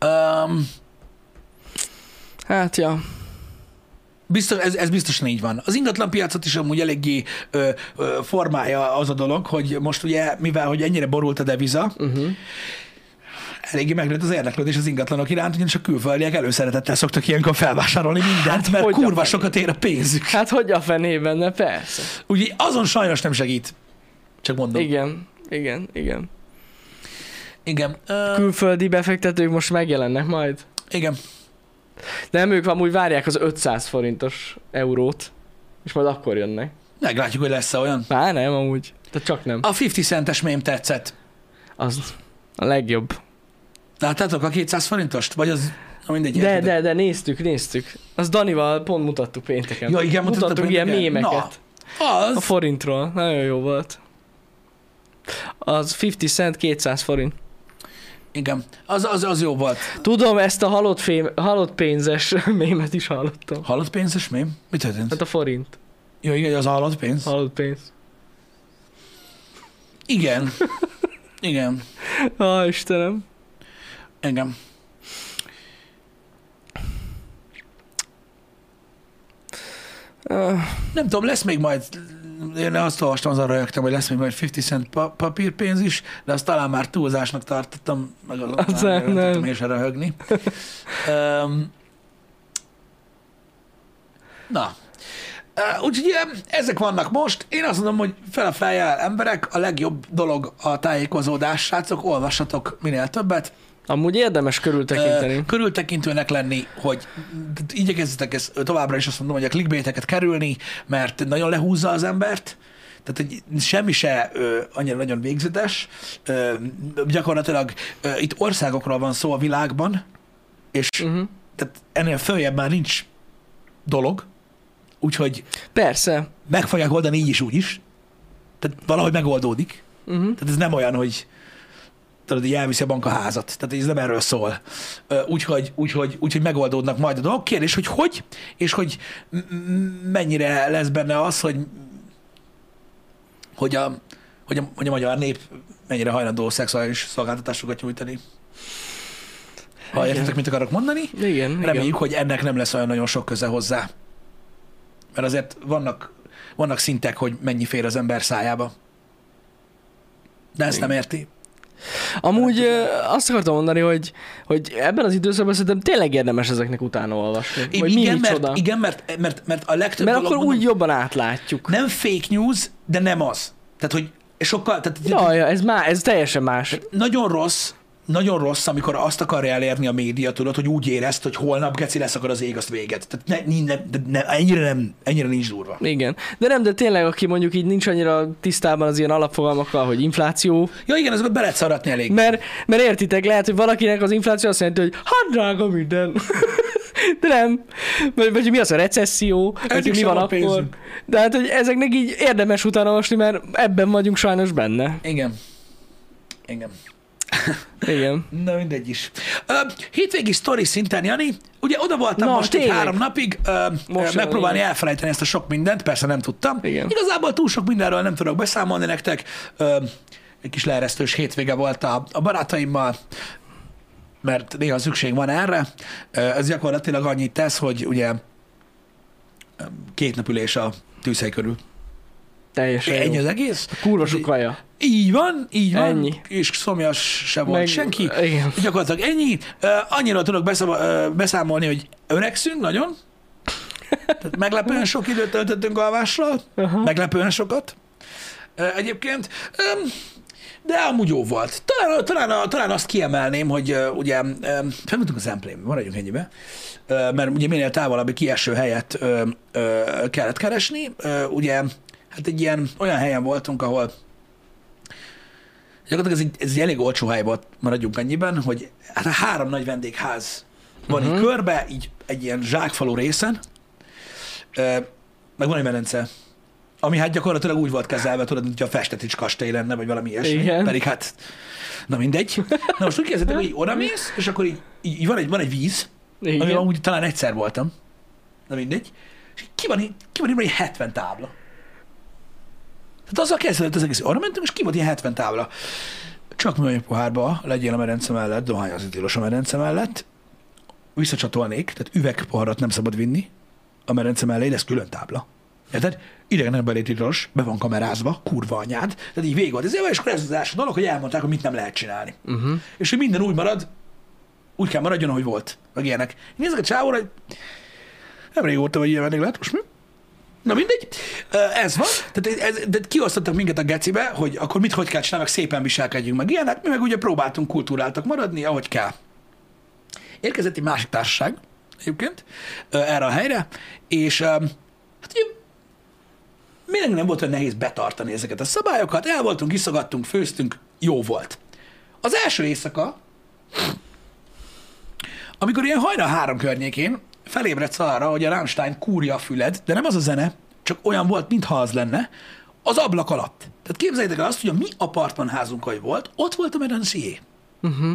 Speaker 1: Um,
Speaker 2: Hát, ja.
Speaker 1: Biztos, ez, ez biztosan így van. Az ingatlan piacot is amúgy eléggé ö, ö, formája az a dolog, hogy most ugye, mivel hogy ennyire borult a deviza,
Speaker 2: Uh-huh.
Speaker 1: eléggé megnőtt az érdeklődés az ingatlanok iránt, ugyanis a külföldiek előszeretettel szoktak ilyenkor felvásárolni mindent, mert
Speaker 2: hogy a
Speaker 1: kurva
Speaker 2: fene?
Speaker 1: sokat ér a pénzük.
Speaker 2: Hát, hogy a fenében, ne persze.
Speaker 1: Úgyhogy azon sajnos nem segít. Csak mondom. Igen.
Speaker 2: Igen, igen, igen.
Speaker 1: Igen. Ö,
Speaker 2: Külföldi befektetők most megjelennek majd.
Speaker 1: igen.
Speaker 2: Nem, ők amúgy várják az 500 forintos eurót, és majd akkor jönnek.
Speaker 1: Meglátjuk, hogy lesz-e olyan.
Speaker 2: Á, nem, amúgy. De csak nem.
Speaker 1: A 50 centes mém tetszett.
Speaker 2: Az a legjobb.
Speaker 1: Láttátok a 200 forintost? Vagy az... Na mindegy.
Speaker 2: De,
Speaker 1: értitek.
Speaker 2: de, de, néztük, néztük. Az Danival pont mutattuk pénteken.
Speaker 1: Ja, igen, mutattuk
Speaker 2: mutattuk ilyen
Speaker 1: pénteken?
Speaker 2: mémeket.
Speaker 1: Az...
Speaker 2: A forintról. Nagyon jó volt. Az 50 cent 200 forint.
Speaker 1: Igen. Az, az, az jó volt.
Speaker 2: Tudom, ezt a halott, fém, halott pénzes mémet is hallottam.
Speaker 1: Halott pénzes mém? Mi történt?
Speaker 2: Hát a forint.
Speaker 1: Jó, igen, az a halott pénz.
Speaker 2: Halott pénz.
Speaker 1: Igen. Igen.
Speaker 2: Á, Istenem.
Speaker 1: Igen.
Speaker 2: Ah,
Speaker 1: Nem tudom, lesz még majd, én azt olvastam, azon rögtem, hogy lesz még majd 50 cent pa- papírpénz is, de azt talán már túlzásnak tartottam, meg azon
Speaker 2: Az
Speaker 1: már
Speaker 2: nem.
Speaker 1: nem tudtam én se röhögni. um, na, Ö, Úgyhogy ilyen, ezek vannak most. Én azt mondom, hogy fel a fejjel emberek, a legjobb dolog a tájékozódás, srácok, olvassatok minél többet.
Speaker 2: amúgy érdemes
Speaker 1: Ö,
Speaker 2: körültekinteni.
Speaker 1: Körültekintőnek lenni, hogy t- igyekezzetek ezt továbbra is azt mondom, hogy a clickbaiteket kerülni, mert nagyon lehúzza az embert, tehát egy, semmi se ö, annyira nagyon végzetes. Ö, gyakorlatilag ö, itt országokról van szó a világban, és
Speaker 2: Uh-huh.
Speaker 1: tehát ennél följebb már nincs dolog, úgyhogy
Speaker 2: Persze.
Speaker 1: meg fogják oldani így is, úgy is. Tehát valahogy megoldódik.
Speaker 2: Uh-huh.
Speaker 1: Tehát ez nem olyan, hogy tudod, így elviszi a bank a házat. Tehát ez nem erről szól. Ö, Úgyhogy, úgyhogy, úgyhogy megoldódnak majd a dolgok. Kérdés, hogy hogy, és hogy m- m- mennyire lesz benne az, hogy hogy a, hogy a, hogy a magyar nép mennyire hajlandó szexuális szolgáltatásokat nyújtani. Ha
Speaker 2: Igen.
Speaker 1: értetek, mit akarok mondani?
Speaker 2: Igen, igen.
Speaker 1: Reméljük, hogy ennek nem lesz olyan nagyon sok köze hozzá. Mert azért vannak, vannak szintek, hogy mennyi fér az ember szájába. De ezt nem érti.
Speaker 2: Amúgy ö, azt akartam mondani, hogy, hogy ebben az időszakban szerintem tényleg érdemes ezeknek utána olvasni.
Speaker 1: Én,
Speaker 2: Hogy mi
Speaker 1: igen,
Speaker 2: micsoda.
Speaker 1: mert, igen mert, mert, mert a legtöbb
Speaker 2: Mert
Speaker 1: dolog
Speaker 2: akkor
Speaker 1: mondom,
Speaker 2: úgy jobban átlátjuk.
Speaker 1: nem fake news, de nem az. Tehát, hogy sokkal, tehát
Speaker 2: Jaj, ja, ez, má, ez teljesen más.
Speaker 1: nagyon rossz, nagyon rossz, amikor azt akarja elérni a média, tudod, hogy úgy érezt, hogy holnap geci lesz, akkor az ég azt véget. Tehát ne, ne, ne, ne, ennyire, nem, ennyire nincs durva.
Speaker 2: Igen. De nem, de tényleg, aki mondjuk így nincs annyira tisztában az ilyen alapfogalmakkal, hogy infláció,
Speaker 1: Ja igen, ezeket be lehet szaratni elég.
Speaker 2: mert, mert értitek, lehet, hogy valakinek az infláció azt jelenti, hogy hát drága minden. De nem. Vagy, vagy hogy mi az a recesszió, vagy hogy mi
Speaker 1: sem
Speaker 2: van
Speaker 1: van
Speaker 2: akkor.
Speaker 1: pénzünk.
Speaker 2: De hát, hogy ezeknek így érdemes utána olvasni, mert ebben vagyunk sajnos benne.
Speaker 1: Igen. Igen.
Speaker 2: Igen.
Speaker 1: Na mindegy is. Ö, hétvégi sztori szinten, Jani. Ugye oda voltam
Speaker 2: Na,
Speaker 1: most egy
Speaker 2: tényleg.
Speaker 1: három napig, ö,
Speaker 2: Most
Speaker 1: most megpróbálni
Speaker 2: jön,
Speaker 1: elfelejteni ezt a sok mindent, persze nem tudtam.
Speaker 2: Igen.
Speaker 1: Igazából túl sok mindenről nem tudok beszámolni nektek. Ö, egy kis leeresztős hétvége volt a, a barátaimmal, mert néha szükség van erre. Ö, ez gyakorlatilag annyit tesz, hogy ugye ö, két napülés a tűzhely körül.
Speaker 2: Teljesen
Speaker 1: Ennyi
Speaker 2: jó.
Speaker 1: az egész.
Speaker 2: Kurva sok kaja.
Speaker 1: Így van, így van.
Speaker 2: Ennyi.
Speaker 1: És szomjas se volt
Speaker 2: Meg-
Speaker 1: senki.
Speaker 2: igen.
Speaker 1: Gyakorlatilag ennyi. Uh, annyira tudok beszaba, ö, beszámolni, hogy öregszünk nagyon. Tehát meglepően sok időt töltöttünk alvással.
Speaker 2: Aha.
Speaker 1: Meglepően sokat. Ö, egyébként. Öm, de amúgy jó volt. Talán, talán, talán azt kiemelném, hogy uh, ugye um, felmentünk az emplébe, maradjunk ennyibe, uh, mert ugye minél távolabbi kieső helyet uh, uh, kellett keresni. Uh, ugye hát egy ilyen olyan helyen voltunk, ahol gyakorlatilag ez egy, ez egy elég olcsó hely volt, maradjunk annyiben, hogy hát a három nagy vendégház van uh-huh. így körbe, így egy ilyen zsákfalú részen, Ö, meg van egy medence, ami hát gyakorlatilag úgy volt kezelve, tudod, mintha a festetics kastély lenne, vagy valami ilyesmi,
Speaker 2: Igen.
Speaker 1: pedig hát, na mindegy. Na most úgy kezdett, hogy így odamész, és akkor így, így van, egy, van egy víz, Igen. amivel
Speaker 2: Igen.
Speaker 1: amúgy talán egyszer voltam, na mindegy, és ki van, í- ki van írva egy 70 tábla. Tehát azzal kezdődött az egész. Arra mentünk, és ki volt ilyen 70 tábla. Csak műanyag pohárba legyél a medence mellett, dohány az tilos a medence mellett. Visszacsatolnék, tehát üvegpoharat nem szabad vinni a medence mellé, de ez külön tábla. Érted? Idegen belé tilos, be van kamerázva, kurva anyád. Tehát így végig volt. Ezért, és akkor ez az első dolog, hogy elmondták, hogy mit nem lehet csinálni.
Speaker 2: Uh-huh.
Speaker 1: És hogy minden úgy marad, úgy kell maradjon, ahogy volt. Meg ilyenek. Nézzük a csávóra, hogy nem régóta vagy ilyen vendéglátós, mi? Na mindegy, Ö, ez van. Tehát ez, de kiosztottak minket a gecibe, hogy akkor mit, hogy kell csinálni, meg szépen viselkedjünk, meg ilyenek. Mi meg ugye próbáltunk kultúráltak maradni, ahogy kell. Érkezett egy másik társaság egyébként ö, erre a helyre, és öm, hát ugye mindenki nem volt olyan nehéz betartani ezeket a szabályokat, el voltunk, iszogattunk, főztünk, jó volt. Az első éjszaka, amikor ilyen hajrá három környékén felébredsz arra, hogy a Rammstein kúrja a füled, de nem az a zene, csak olyan volt, mintha az lenne, az ablak alatt. Tehát képzeljétek el azt, hogy a mi apartmanházunk, ahogy volt, ott volt a medencié. Uh-huh.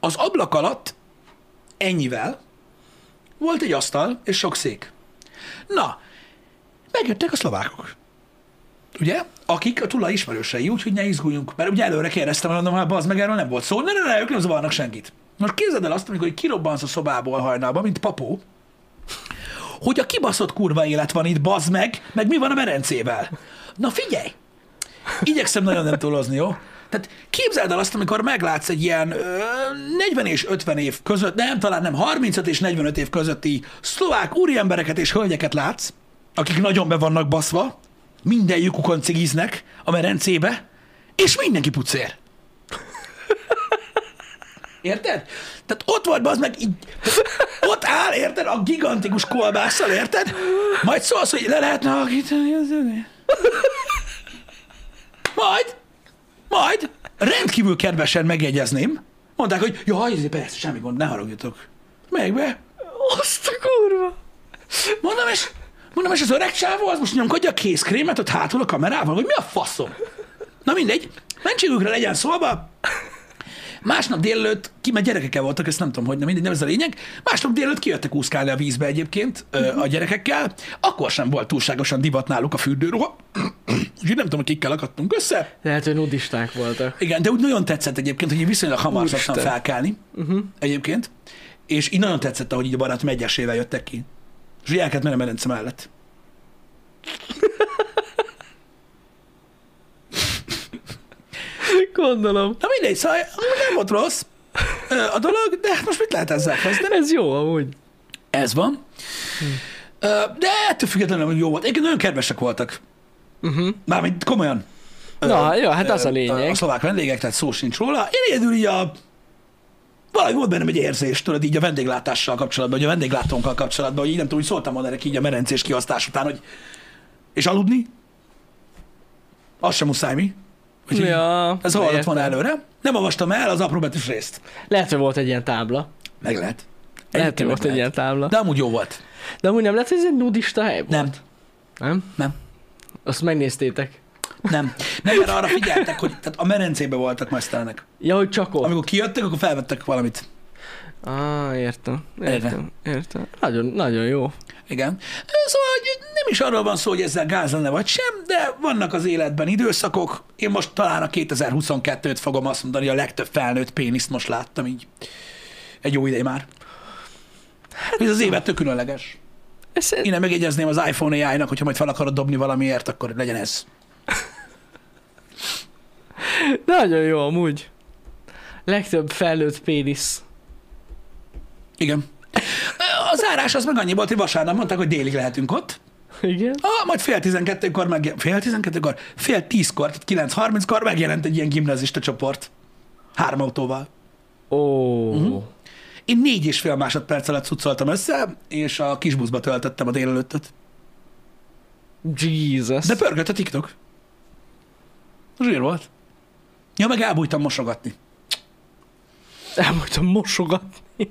Speaker 1: Az ablak alatt ennyivel volt egy asztal és sok szék. Na, megjöttek a szlovákok. Ugye? Akik a tulaj ismerősei, úgyhogy ne izguljunk. Mert ugye előre kérdeztem, mondom, hát az meg erről nem volt szó. Ne, ne, ne, ők nem zavarnak senkit. Most képzeld el azt, amikor így kirobbansz a szobából hajnalba, mint papó, hogy a kibaszott kurva élet van itt, bazd meg, meg mi van a merencével. Na figyelj! Igyekszem nagyon nem túlozni, jó? Tehát képzeld el azt, amikor meglátsz egy ilyen ö, 40 és 50 év között, nem, talán nem, 35 és 45 év közötti szlovák úriembereket és hölgyeket látsz, akik nagyon be vannak baszva, minden lyukukon cigiznek a merencébe, és mindenki pucér. Érted? Tehát ott volt az meg így, ott áll, érted, a gigantikus kolbásszal, érted? Majd szólsz, hogy le lehetne halkítani az zenét. Majd, majd rendkívül kedvesen megjegyezném. Mondták, hogy jaj, ezért persze, semmi gond, ne haragjatok. Megyek be.
Speaker 2: Azt a kurva.
Speaker 1: Mondom, és, mondom, és az öreg csávó az most nyomkodja a kézkrémet ott hátul a kamerával, hogy mi a faszom? Na mindegy. Mentségükre legyen szóba, Másnap délelőtt, ki mert gyerekekkel voltak, ezt nem tudom, hogy nem mindegy, nem ez a lényeg. Másnap délelőtt kijöttek úszkálni a vízbe egyébként
Speaker 2: Mhm.
Speaker 1: ö, a gyerekekkel. Akkor sem volt túlságosan divat náluk a fürdőruha. Úgyhogy nem tudom, hogy kikkel akadtunk össze.
Speaker 2: Lehet, hogy nudisták voltak.
Speaker 1: Igen, de úgy nagyon tetszett egyébként, hogy én viszonylag hamar tudtam
Speaker 2: Úristen.
Speaker 1: felkelni uh-huh. egyébként. És így nagyon tetszett, ahogy így a barátom egyesével jöttek ki. És ugye el kellett mennem a medence mellett.
Speaker 2: Gondolom.
Speaker 1: Na mindegy, szóval nem volt rossz ö, a dolog, de hát most mit lehet ezzel kezdeni?
Speaker 2: Ez jó amúgy.
Speaker 1: Ez van. Ö, De ettől függetlenül hogy jó volt. Egyébként nagyon kedvesek voltak.
Speaker 2: Uh-huh.
Speaker 1: Mármint komolyan. Ö,
Speaker 2: Na, jó, hát
Speaker 1: ö,
Speaker 2: az a lényeg.
Speaker 1: A szlovák vendégek, tehát szó sincs róla. Én egyedül így a... Valahogy volt bennem egy érzés, tudod, így a vendéglátással kapcsolatban, vagy a vendéglátónkkal kapcsolatban, hogy így nem tudom, hogy szóltam volna neki így a merencés kiosztás után, hogy... És aludni? Az sem muszáj mi. Úgyhogy
Speaker 2: Ja,
Speaker 1: Ez hallott
Speaker 2: értem.
Speaker 1: van előre. Nem olvastam el az apró betűs részt.
Speaker 2: Lehet, hogy volt egy ilyen tábla.
Speaker 1: Meg lehet.
Speaker 2: Lehet, hogy
Speaker 1: Egyébként
Speaker 2: volt
Speaker 1: meg
Speaker 2: egy ilyen
Speaker 1: lehet.
Speaker 2: tábla.
Speaker 1: De amúgy jó volt.
Speaker 2: De amúgy nem lehet, hogy ez egy nudista hely volt?
Speaker 1: Nem,
Speaker 2: Nem?
Speaker 1: nem.
Speaker 2: Azt megnéztétek.
Speaker 1: Nem. Nem, mert arra figyeltek, hogy tehát a merencébe voltak mesztelenek.
Speaker 2: Ja, hogy csak ott.
Speaker 1: Amikor kijöttek, akkor felvettek valamit.
Speaker 2: Á, értem.
Speaker 1: Értem.
Speaker 2: Értem. Értem. Nagyon, nagyon jó.
Speaker 1: Igen. Szóval hogy nem is arról van szó, hogy ezzel gáz lenne vagy sem, de vannak az életben időszakok. Én most talán a 2022-t fogom azt mondani, a legtöbb felnőtt péniszt most láttam így. Egy jó ideje már. Ez az évet tök különleges.
Speaker 2: Ez,
Speaker 1: Én nem megjegyezném az iPhone AI-nak, hogyha majd fel akarod dobni valamiért, akkor legyen ez.
Speaker 2: nagyon jó amúgy. Legtöbb felnőtt pénisz.
Speaker 1: Igen. A zárás az meg annyi volt, hogy vasárnap mondták, hogy délig lehetünk ott.
Speaker 2: Igen?
Speaker 1: Ah, majd fél tizenkettőkor, meg, fél tizenkettőkor, fél tízkor, tehát kilenc harminckor megjelent egy ilyen gimnazista csoport. Három autóval.
Speaker 2: Ó.
Speaker 1: Mhm. Én négy és fél másodperc alatt cuccoltam össze, és a kis buszba töltöttem a délelőttöt.
Speaker 2: Jesus.
Speaker 1: De pörgött a TikTok. Zsír volt. Ja, meg elbújtam mosogatni.
Speaker 2: Elmondtam mosogatni.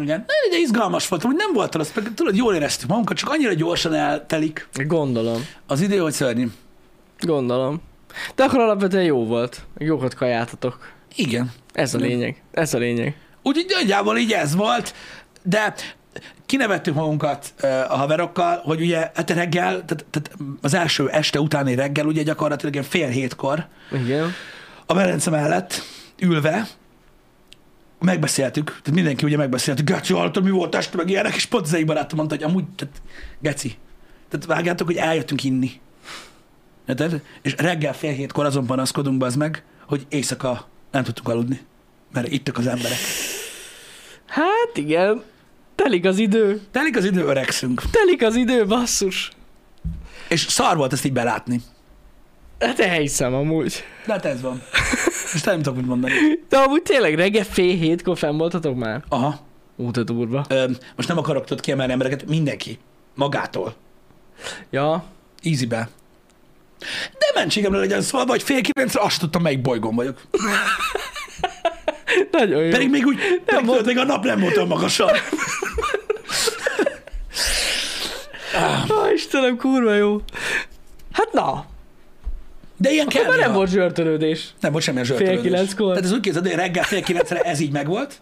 Speaker 1: Igen. Na, de izgalmas voltam, hogy nem volt az, meg tudod, jól éreztük magunkat, csak annyira gyorsan eltelik
Speaker 2: Gondolom.
Speaker 1: az idő, hogy szörnyű.
Speaker 2: Gondolom. De akkor alapvetően jó volt. Jókat kajáltatok.
Speaker 1: Igen.
Speaker 2: Ez a
Speaker 1: Igen.
Speaker 2: lényeg. Ez a lényeg.
Speaker 1: Úgyhogy nagyjából így ez volt, de kinevettük magunkat ö, a haverokkal, hogy ugye hát reggel, tehát, tehát az első este utáni reggel, ugye gyakorlatilag ilyen fél hétkor
Speaker 2: Igen.
Speaker 1: a merence mellett ülve megbeszéltük, tehát mindenki ugye megbeszélt, Geci, hallottad, mi volt este, meg ilyenek, és pont az egyik barátom mondta, hogy amúgy, tehát, Geci, tehát vágjátok, hogy eljöttünk inni. Érted? És reggel fél hétkor azon panaszkodunk, az meg, hogy éjszaka nem tudtunk aludni, mert ittak az emberek.
Speaker 2: Hát igen. Telik az idő.
Speaker 1: Telik az idő, öregszünk.
Speaker 2: Telik az idő, basszus.
Speaker 1: És szar volt ezt így belátni.
Speaker 2: Hát elhiszem amúgy.
Speaker 1: De hát ez van. Most nem tudok mit mondani.
Speaker 2: De amúgy tényleg reggel fél hétkor fenn voltatok már?
Speaker 1: Aha.
Speaker 2: Ú, de durva.
Speaker 1: Ö, most nem akarok tudod kiemelni embereket, mindenki. Magától.
Speaker 2: Ja.
Speaker 1: Easybe. De mentségemre legyen szó, vagy fél kilencre azt tudtam, melyik bolygón vagyok.
Speaker 2: Nagyon jó.
Speaker 1: Pedig még úgy, nem
Speaker 2: volt.
Speaker 1: volt, még a nap nem volt olyan magasan.
Speaker 2: Á, Istenem, kurva jó. Hát na,
Speaker 1: De ilyen kell.
Speaker 2: Kevin már
Speaker 1: néha.
Speaker 2: nem volt zsörtölődés.
Speaker 1: Nem volt semmilyen zsörtölődés.
Speaker 2: kilenckor?
Speaker 1: Tehát ez úgy képzeld, hogy reggel fél kilencre ez így megvolt.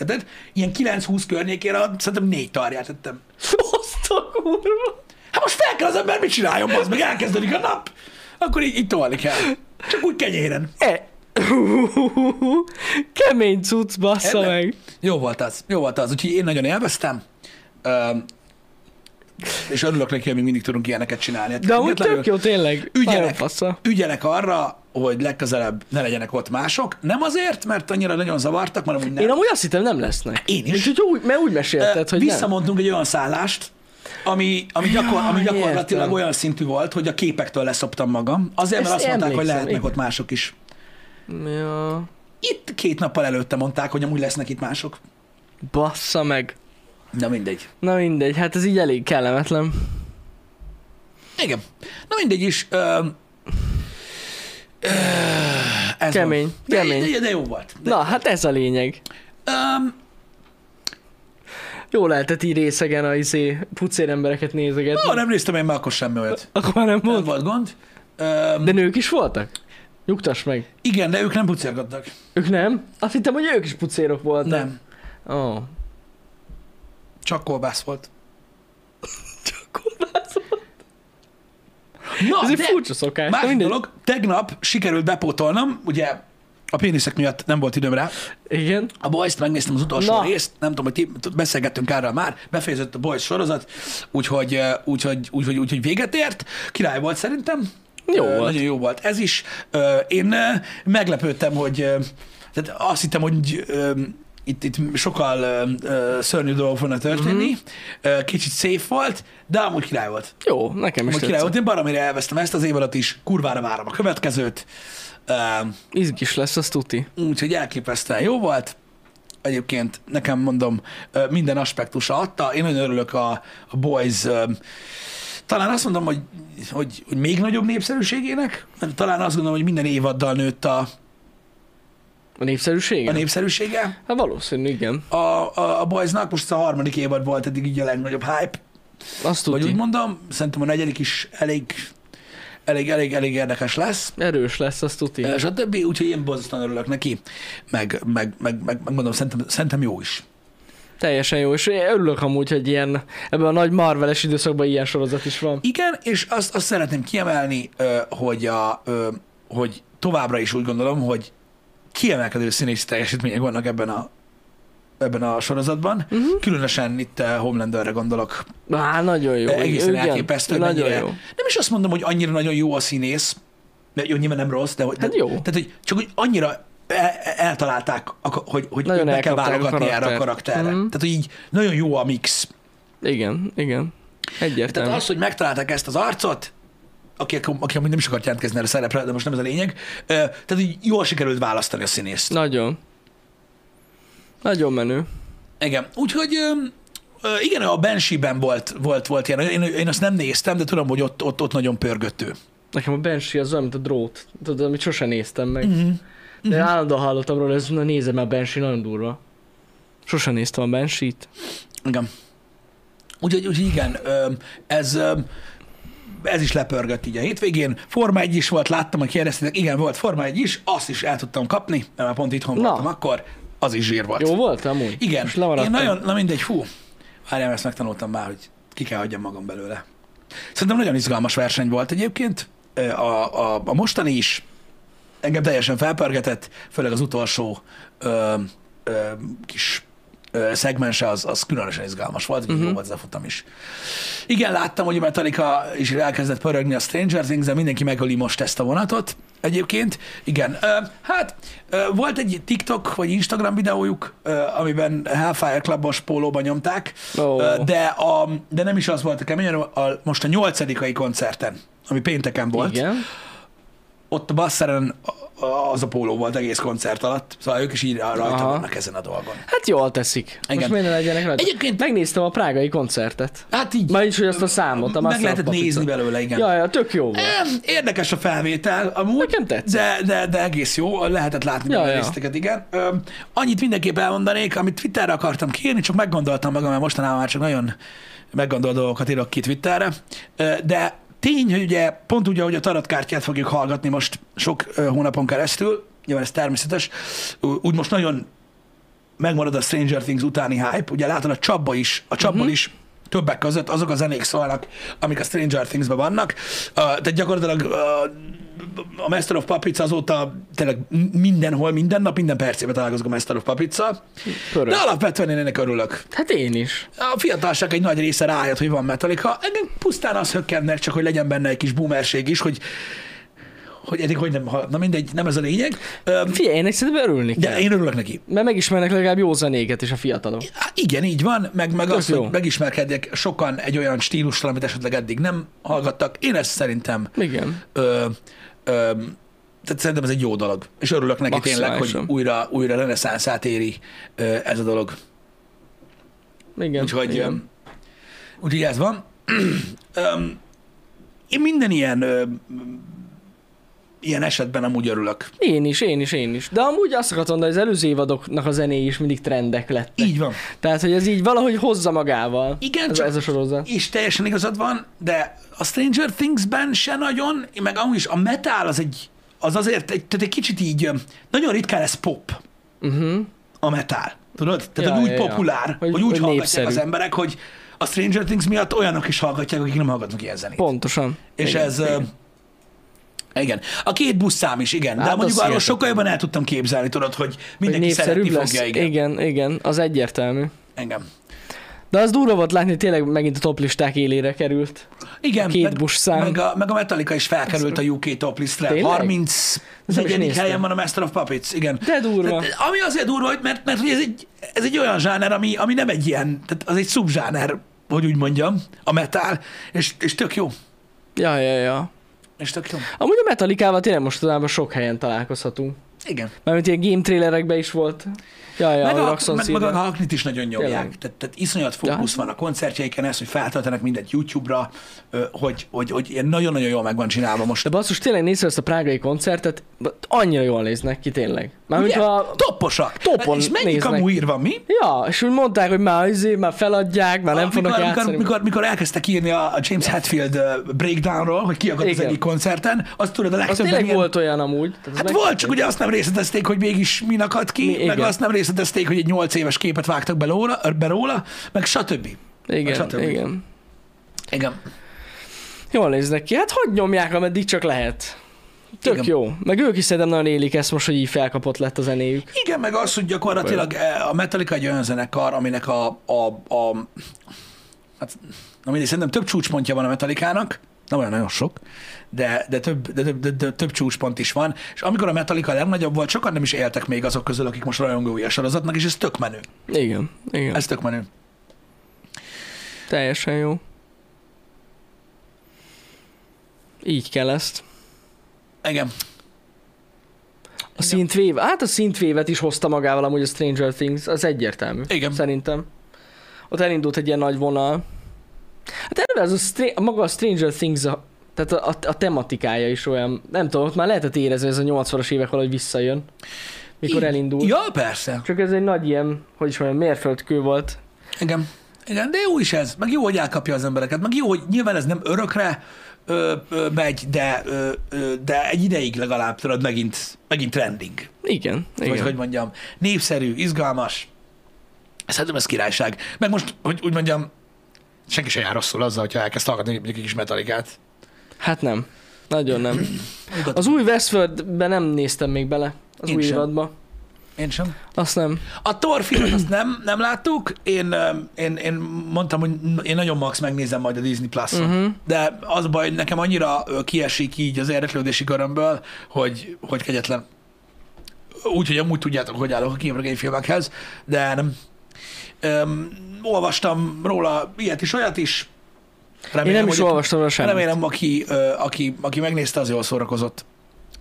Speaker 1: Érted? Ilyen 9-20 környékére szerintem négy tarját tettem.
Speaker 2: Azt a kurva.
Speaker 1: Hát most fel kell az ember, mit csináljon, az meg elkezdődik a nap. Akkor így, így tolni kell. Csak úgy kenyéren.
Speaker 2: E. Kemény cucc, bassza
Speaker 1: Ennek-
Speaker 2: Szóval meg.
Speaker 1: Jó volt az, jó volt az, úgyhogy én nagyon élveztem. Öm, és örülök neki, hogy még mindig tudunk ilyeneket csinálni. Hát
Speaker 2: De amúgy
Speaker 1: függetlenül
Speaker 2: tök jó, tényleg. Nagyon
Speaker 1: Ügyelek,
Speaker 2: Passza.
Speaker 1: ügyelek arra, hogy legközelebb ne legyenek ott mások. Nem azért, mert annyira nagyon zavartak, mert amúgy nem.
Speaker 2: Én amúgy azt hittem nem lesznek.
Speaker 1: Én is.
Speaker 2: Mint, hogy úgy, mert úgy mesélted,
Speaker 1: Ö,
Speaker 2: hogy nem.
Speaker 1: Visszamondtunk egy olyan szállást, ami, ami, gyakor, ami
Speaker 2: Jaj,
Speaker 1: gyakorlatilag
Speaker 2: értem.
Speaker 1: olyan szintű volt, hogy a képektől leszoptam magam. Azért, mert
Speaker 2: Ezt
Speaker 1: azt mondták, hogy
Speaker 2: emlékszem,
Speaker 1: lehetnek
Speaker 2: igen.
Speaker 1: ott mások is.
Speaker 2: Ja.
Speaker 1: Itt két nappal előtte mondták, hogy amúgy lesznek itt mások.
Speaker 2: Bassza meg.
Speaker 1: Na mindegy.
Speaker 2: Na mindegy, hát ez így elég kellemetlen.
Speaker 1: Igen. Na mindegy is. Ö, ö, ez
Speaker 2: Kemény,
Speaker 1: van. De-
Speaker 2: kemény.
Speaker 1: De, de, jó volt. De,
Speaker 2: Na, hát ez a lényeg.
Speaker 1: Öm,
Speaker 2: Jó lehetett így részegen a izé, pucér embereket nézegetni.
Speaker 1: ó, nem néztem én már akkor semmi olyat.
Speaker 2: Akkor már nem
Speaker 1: Nem
Speaker 2: volt.
Speaker 1: volt gond. Öm,
Speaker 2: De nők is voltak? Nyugtass meg.
Speaker 1: Igen, de ők nem pucérgattak.
Speaker 2: Ők nem? Azt hittem, hogy ők is pucérok voltak.
Speaker 1: Nem. Ah,
Speaker 2: Ó. Oh.
Speaker 1: Csak kolbász volt.
Speaker 2: Ez
Speaker 1: Na,
Speaker 2: egy
Speaker 1: de
Speaker 2: furcsa szokás. de
Speaker 1: más
Speaker 2: mindegy.
Speaker 1: dolog, tegnap sikerült bepótolnom, ugye a péniszek miatt nem volt időm rá.
Speaker 2: Igen.
Speaker 1: A Boys-t megnéztem az utolsó
Speaker 2: Na.
Speaker 1: Na. részt, nem tudom, hogy ti beszélgettünk erről már, befejezett a Boys sorozat, úgyhogy, eh, úgyhogy, úgyhogy, úgyhogy véget ért. Király volt szerintem.
Speaker 2: Jó
Speaker 1: Ö,
Speaker 2: volt.
Speaker 1: Nagyon jó volt. Ez is. Ö, Én ö, meglepődtem, hogy ö, tehát azt hittem, hogy ö, itt, itt sokkal ö, ö, szörnyű dolgok fognak történni.
Speaker 2: Mhm.
Speaker 1: Mm-hmm. Kicsit szép volt, de amúgy király volt.
Speaker 2: Jó, nekem
Speaker 1: Amúgy
Speaker 2: is
Speaker 1: király
Speaker 2: tetszett.
Speaker 1: volt. Én baromira elvesztem ezt az év alatt is. Kurvára várom a következőt. Ö,
Speaker 2: Izgis lesz, az tuti.
Speaker 1: úgyhogy elképesztően jó volt. Egyébként nekem mondom, ö, minden aspektusa adta. Én nagyon örülök a, a Boys, ö, talán azt mondom, hogy, hogy, hogy még nagyobb népszerűségének, mert talán azt gondolom, hogy minden évaddal nőtt a,
Speaker 2: A népszerűsége?
Speaker 1: a
Speaker 2: A nép...
Speaker 1: népszerűsége.
Speaker 2: Hát valószínű, igen.
Speaker 1: A, a, a Boysnak most ez a harmadik évad volt eddig így a legnagyobb hype,
Speaker 2: Azt
Speaker 1: vagy úgy
Speaker 2: tuti.
Speaker 1: mondom. Szerintem a negyedik is elég, elég, elég, elég érdekes lesz.
Speaker 2: Erős lesz, azt tuti.
Speaker 1: És a többi, úgyhogy én borzasztóan örülök neki, meg, meg, meg, meg, meg mondom, szerintem, szerintem jó is.
Speaker 2: Teljesen jó, és én örülök amúgy, hogy ilyen, ebben a nagy marveles időszakban ilyen sorozat is van.
Speaker 1: Igen, és azt, azt szeretném kiemelni, ö, hogy, a, ö, hogy továbbra is úgy gondolom, hogy kiemelkedő színészi teljesítmények vannak ebben a, ebben a sorozatban.
Speaker 2: Mhm.
Speaker 1: Különösen itt eh, Homelanderre gondolok.
Speaker 2: Á, nagyon jó.
Speaker 1: Jó, egészen
Speaker 2: igen.
Speaker 1: elképesztő, hogy
Speaker 2: Nagyon
Speaker 1: mennyire-
Speaker 2: jó.
Speaker 1: Nem is azt mondom, hogy annyira nagyon jó a színész, mert jó, nyilván nem rossz, de hogy,
Speaker 2: Hát
Speaker 1: de,
Speaker 2: jó.
Speaker 1: Tehát, hogy csak hogy annyira el- eltalálták, a- hogy, hogy
Speaker 2: Nagyon
Speaker 1: nagyon meg kell
Speaker 2: elkapták a
Speaker 1: válogatni erre a
Speaker 2: karaktert.
Speaker 1: karakterre.
Speaker 2: Mhm.
Speaker 1: Tehát, hogy így nagyon jó a mix.
Speaker 2: Igen, igen.
Speaker 1: Tehát
Speaker 2: Egyértelmű.
Speaker 1: az, hogy megtalálták ezt az arcot, aki, aki amúgy nem is akart jelentkezni erre a szerepre, de most nem ez a lényeg. Ö, Tehát így jól sikerült választani a színészt. Na.
Speaker 2: Nagyon. Nagyon menő.
Speaker 1: Igen. Úgyhogy ö, ö, igen, a Banshee-ben volt, volt, volt ilyen. Én, én azt nem néztem, de tudom, hogy ott, ott, ott nagyon pörgötő.
Speaker 2: Nekem a Banshee az olyan, mint a drót. Tudod, amit sosem néztem meg.
Speaker 1: Mhm.
Speaker 2: Mm-hmm. De mm-hmm. állandóan hallottam róla, ez na nézem már a Banshee, nagyon durva. Sosem néztem a Banshee-t.
Speaker 1: Igen. Úgyhogy, úgyhogy igen, ö, ez, ö, ez is lepörgött így a hétvégén. Forma 1 is volt, láttam, hogy kérdeztétek. Igen, volt Forma 1 is, azt is el tudtam kapni, mert már pont itthon
Speaker 2: Na.
Speaker 1: voltam akkor. Az is zsír volt.
Speaker 2: Jó volt amúgy?
Speaker 1: Igen,
Speaker 2: Most
Speaker 1: én
Speaker 2: lemaradtam.
Speaker 1: nagyon, na mindegy, fú, várjál, ezt megtanultam már, hogy ki kell hagyjam magam belőle. Szerintem nagyon izgalmas verseny volt egyébként, Ö, a, a, a mostani is, engem teljesen felpörgetett, főleg az utolsó ö, ö, kis ö, szegmense, az, az különösen izgalmas volt, uh-huh. jó volt ez a futam is. Igen, láttam, hogy a Metallica is elkezdett pörögni a Stranger things mindenki megöli most ezt a vonatot. Egyébként, igen. Ö, hát, ö, volt egy TikTok vagy Instagram videójuk, ö, amiben Hellfire Club-os pólóban nyomták,
Speaker 2: Ó.
Speaker 1: ö, de, a, de nem is az volt a kemény, hanem a, most a nyolcadikai koncerten, ami pénteken volt, igen.
Speaker 2: Igen.
Speaker 1: ott a basszeren a- a- az a póló volt egész koncert alatt, szóval ők is így rajta
Speaker 2: Aha.
Speaker 1: vannak ezen a dolgon.
Speaker 2: Hát jól teszik. Igen. Most
Speaker 1: Igen.
Speaker 2: miért ne legyenek rajta?
Speaker 1: Egyébként-
Speaker 2: Megnéztem a prágai koncertet.
Speaker 1: Hát így
Speaker 2: Már is, hogy azt a számot, a
Speaker 1: meg
Speaker 2: Master
Speaker 1: lehetett
Speaker 2: of Puppets-et.
Speaker 1: nézni belőle, igen.
Speaker 2: Ja, ja, tök jó volt.
Speaker 1: Em, Érdekes a felvétel, amúgy.
Speaker 2: Nekem tetszett.
Speaker 1: De, de, de egész jó, lehetett látni
Speaker 2: Ja,
Speaker 1: ja,
Speaker 2: ja.
Speaker 1: ja. részteket, igen. Ö, annyit mindenképp elmondanék, amit Twitterre akartam kérni, csak meggondoltam magam, mert mostanában már csak nagyon meggondolt dolgokat írok ki Twitterre. Ö, de tény, hogy ugye pont úgy, ahogy a tarotkártyát fogjuk hallgatni most sok ö, hónapon keresztül, nyilván ez természetes, ú- úgy most nagyon megmarad a Stranger Things utáni hype, ugye látod a csapba is, a csapból uh-huh. is többek között azok a zenék szólnak, amik a Stranger Things-ben vannak. Uh, tehát gyakorlatilag uh, a Master of Puppets azóta tényleg m- mindenhol, minden nap, minden percében találkozok a Master of puppets
Speaker 2: Pörög.
Speaker 1: De alapvetően én ennek örülök.
Speaker 2: Hát én is.
Speaker 1: A fiatalság egy nagy része rájött, hogy van Metallica. Engem pusztán az hökkennek, csak hogy legyen benne egy kis boomerség is, hogy hogy eddig hogy nem, ha- na mindegy, nem ez a lényeg. Öm,
Speaker 2: Figyelj, én szerintem örülni kell.
Speaker 1: De én örülök neki.
Speaker 2: Mert megismernek legalább jó zenéket is a fiatalok.
Speaker 1: Há, Hát Igen, így van, meg, meg az,
Speaker 2: jó.
Speaker 1: hogy megismerkedjek sokan egy olyan stílussal, amit esetleg eddig nem hallgattak. Én ezt szerintem,
Speaker 2: Igen.
Speaker 1: ö, ö, tehát szerintem ez egy jó dolog. És örülök neki tényleg, hogy
Speaker 2: Maximálisan.
Speaker 1: újra, újra reneszánszát éri ö, ez a dolog.
Speaker 2: Igen.
Speaker 1: Úgyhogy,
Speaker 2: igen.
Speaker 1: ö, úgyhogy ez van. Öm, Én minden ilyen, ö, ilyen esetben amúgy örülök.
Speaker 2: Én is, én is, én is. De amúgy azt akartam mondani, hogy az előző évadoknak a zenéi is mindig trendek lettek.
Speaker 1: Így van.
Speaker 2: Tehát, hogy ez így valahogy hozza magával.
Speaker 1: Igen,
Speaker 2: ez,
Speaker 1: csak-
Speaker 2: ez a sorozat.
Speaker 1: És teljesen igazad van, de a Stranger Things-ben se nagyon, meg amúgy is a metal az egy, az azért egy, tehát egy kicsit így, öm, nagyon ritkán lesz pop
Speaker 2: Uh-huh.
Speaker 1: a metál. Tudod? Tehát
Speaker 2: Ja,
Speaker 1: ja, úgy
Speaker 2: ja,
Speaker 1: ja,
Speaker 2: ja.
Speaker 1: populár, ja.
Speaker 2: Hogy-
Speaker 1: hogy, úgy
Speaker 2: hogy
Speaker 1: hallgatják
Speaker 2: népszerű.
Speaker 1: az emberek, hogy a Stranger Things miatt olyanok is hallgatják, akik nem hallgatnak ilyen zenét.
Speaker 2: Pontosan.
Speaker 1: És
Speaker 2: Igen,
Speaker 1: ez...
Speaker 2: igen.
Speaker 1: Igen. igen. A két buszszám is, igen.
Speaker 2: Hát
Speaker 1: de
Speaker 2: az
Speaker 1: mondjuk arról
Speaker 2: hihetetlen.
Speaker 1: sokkal jobban el tudtam képzelni, tudod, hogy mindenki
Speaker 2: Hogy
Speaker 1: szeretni
Speaker 2: lesz.
Speaker 1: fogja. Igen.
Speaker 2: igen, igen, az egyértelmű.
Speaker 1: Engem.
Speaker 2: De az durva volt látni, hogy tényleg megint a toplisták élére került.
Speaker 1: Igen,
Speaker 2: A két
Speaker 1: meg-
Speaker 2: buszszám.
Speaker 1: Meg a, meg a Metallica is felkerült a UK top listre.
Speaker 2: Tényleg?
Speaker 1: 30
Speaker 2: Ezt nem is
Speaker 1: negyedik
Speaker 2: néztem.
Speaker 1: helyen van a Master of Puppets, igen.
Speaker 2: De durva.
Speaker 1: Tehát, eh, ami azért durva, hogy mert, mert hogy ez, egy, ez egy olyan zsáner, ami, ami nem egy ilyen, tehát az egy szubzsáner, hogy úgy mondjam, a metal, és, és tök jó.
Speaker 2: Ja, ja, ja.
Speaker 1: És tök jó.
Speaker 2: Amúgy a Metallicával tényleg mostanában sok helyen találkozhatunk.
Speaker 1: Igen.
Speaker 2: Mármint ilyen game trailerekben is volt. Ja, ja,
Speaker 1: meg,
Speaker 2: a
Speaker 1: a,
Speaker 2: Roxon
Speaker 1: meg, meg a Hacknit is nagyon nyomják.
Speaker 2: Tényleg.
Speaker 1: Tehát, tehát iszonyat fókusz
Speaker 2: Ja.
Speaker 1: van a koncertjeiken, ez, hogy feltöltenek mindent YouTube-ra, ö, hogy, hogy, hogy ilyen nagyon-nagyon jól meg van csinálva most.
Speaker 2: De basszus, tényleg nézve ezt a prágai koncertet, annyira jól néznek ki tényleg. Mármint
Speaker 1: Ugye?
Speaker 2: a...
Speaker 1: Topposak.
Speaker 2: Topon
Speaker 1: és mennyi
Speaker 2: néznek.
Speaker 1: kamu írva, mi?
Speaker 2: Ja, és úgy mondták, hogy már izé, már feladják, már nem
Speaker 1: mikor,
Speaker 2: fognak
Speaker 1: mikor,
Speaker 2: játszani.
Speaker 1: mikor, mikor elkezdtek írni a a James Hetfield ö, breakdownról, hogy kiakadt az
Speaker 2: Igen.
Speaker 1: egyik koncerten, azt tudod a
Speaker 2: Az
Speaker 1: legtöbben
Speaker 2: tényleg
Speaker 1: ilyen-
Speaker 2: volt olyan amúgy. Tehát az
Speaker 1: Hát
Speaker 2: meg-
Speaker 1: volt, csak ugye azt nem részletezték, hogy mégis min akadt ki,
Speaker 2: Mi-
Speaker 1: Mi, meg
Speaker 2: igen.
Speaker 1: azt nem részletezték, hogy egy 8 éves képet vágtak belóla, ö, be róla, meg stb.
Speaker 2: Igen,
Speaker 1: stb.
Speaker 2: igen.
Speaker 1: Igen.
Speaker 2: Jól néznek ki. Hát hogy nyomják, ameddig csak lehet. Tök
Speaker 1: Igen.
Speaker 2: jó. Meg ők is szerintem nagyon élik ezt most, hogy így felkapott lett a zenéjük.
Speaker 1: Igen, meg az, hogy gyakorlatilag eh, a Metallica egy olyan zenekar, aminek a, a, a hát, na mindegy, szerintem több csúcspontja van a Metallicának, nem olyan nagyon sok, de, de, több, de, több, de, de több csúcspont is van, és amikor a Metallica a legnagyobb volt, sokan nem is éltek még azok közül, akik most rajongói a sorozatnak, és ez tök menő.
Speaker 2: Igen, igen. Ez
Speaker 1: Ez tök menő.
Speaker 2: teljesen jó. Így kell ezt.
Speaker 1: Igen.
Speaker 2: A szintvéve, hát a szintvévet is hozta magával amúgy a Stranger Things, az egyértelmű.
Speaker 1: Igen.
Speaker 2: Szerintem. Ott elindult egy ilyen nagy vonal. Hát eleve ez a stra- maga a Stranger Things, a, tehát a, a, a, tematikája is olyan, nem tudom, ott már lehetett érezni, hogy ez a 80-as évek valahogy visszajön, mikor
Speaker 1: Így-
Speaker 2: elindult.
Speaker 1: Ja, persze.
Speaker 2: Csak ez egy nagy ilyen, hogy is mondjam, mérföldkő volt.
Speaker 1: Igen. Igen, de jó is ez, meg jó, hogy elkapja az embereket, meg jó, hogy nyilván ez nem örökre ö, ö, megy, de, ö, ö, de egy ideig legalább tudod megint, megint trending.
Speaker 2: Igen,
Speaker 1: vagy
Speaker 2: igen.
Speaker 1: hogy mondjam, népszerű, izgalmas. Szerintem ez királyság. Meg most, hogy úgy mondjam, senki se jár rosszul azzal, hogyha elkezd hallgatni mondjuk egy kis metalikát.
Speaker 2: Hát nem. Nagyon nem. Az új Westworldbe nem néztem még bele. Az
Speaker 1: Én
Speaker 2: új
Speaker 1: sem. Hát
Speaker 2: évadba.
Speaker 1: Én sem.
Speaker 2: Azt nem.
Speaker 1: A Thor filmet azt nem, nem láttuk. Én, öm, én, én mondtam, hogy n- én nagyon max megnézem majd a Disney plus
Speaker 2: Mhm.
Speaker 1: uh-huh. De az a baj, hogy nekem annyira ö, kiesik így az érdeklődési körömből, hogy, hogy kegyetlen. Úgyhogy amúgy tudjátok, hogy állok a képregényfilmekhez, de nem. Öm, olvastam róla ilyet is, olyat is.
Speaker 2: Én nem is
Speaker 1: hogy-
Speaker 2: olvastam rá semmit.
Speaker 1: Remélem, aki, ö, aki, aki megnézte, az jól szórakozott.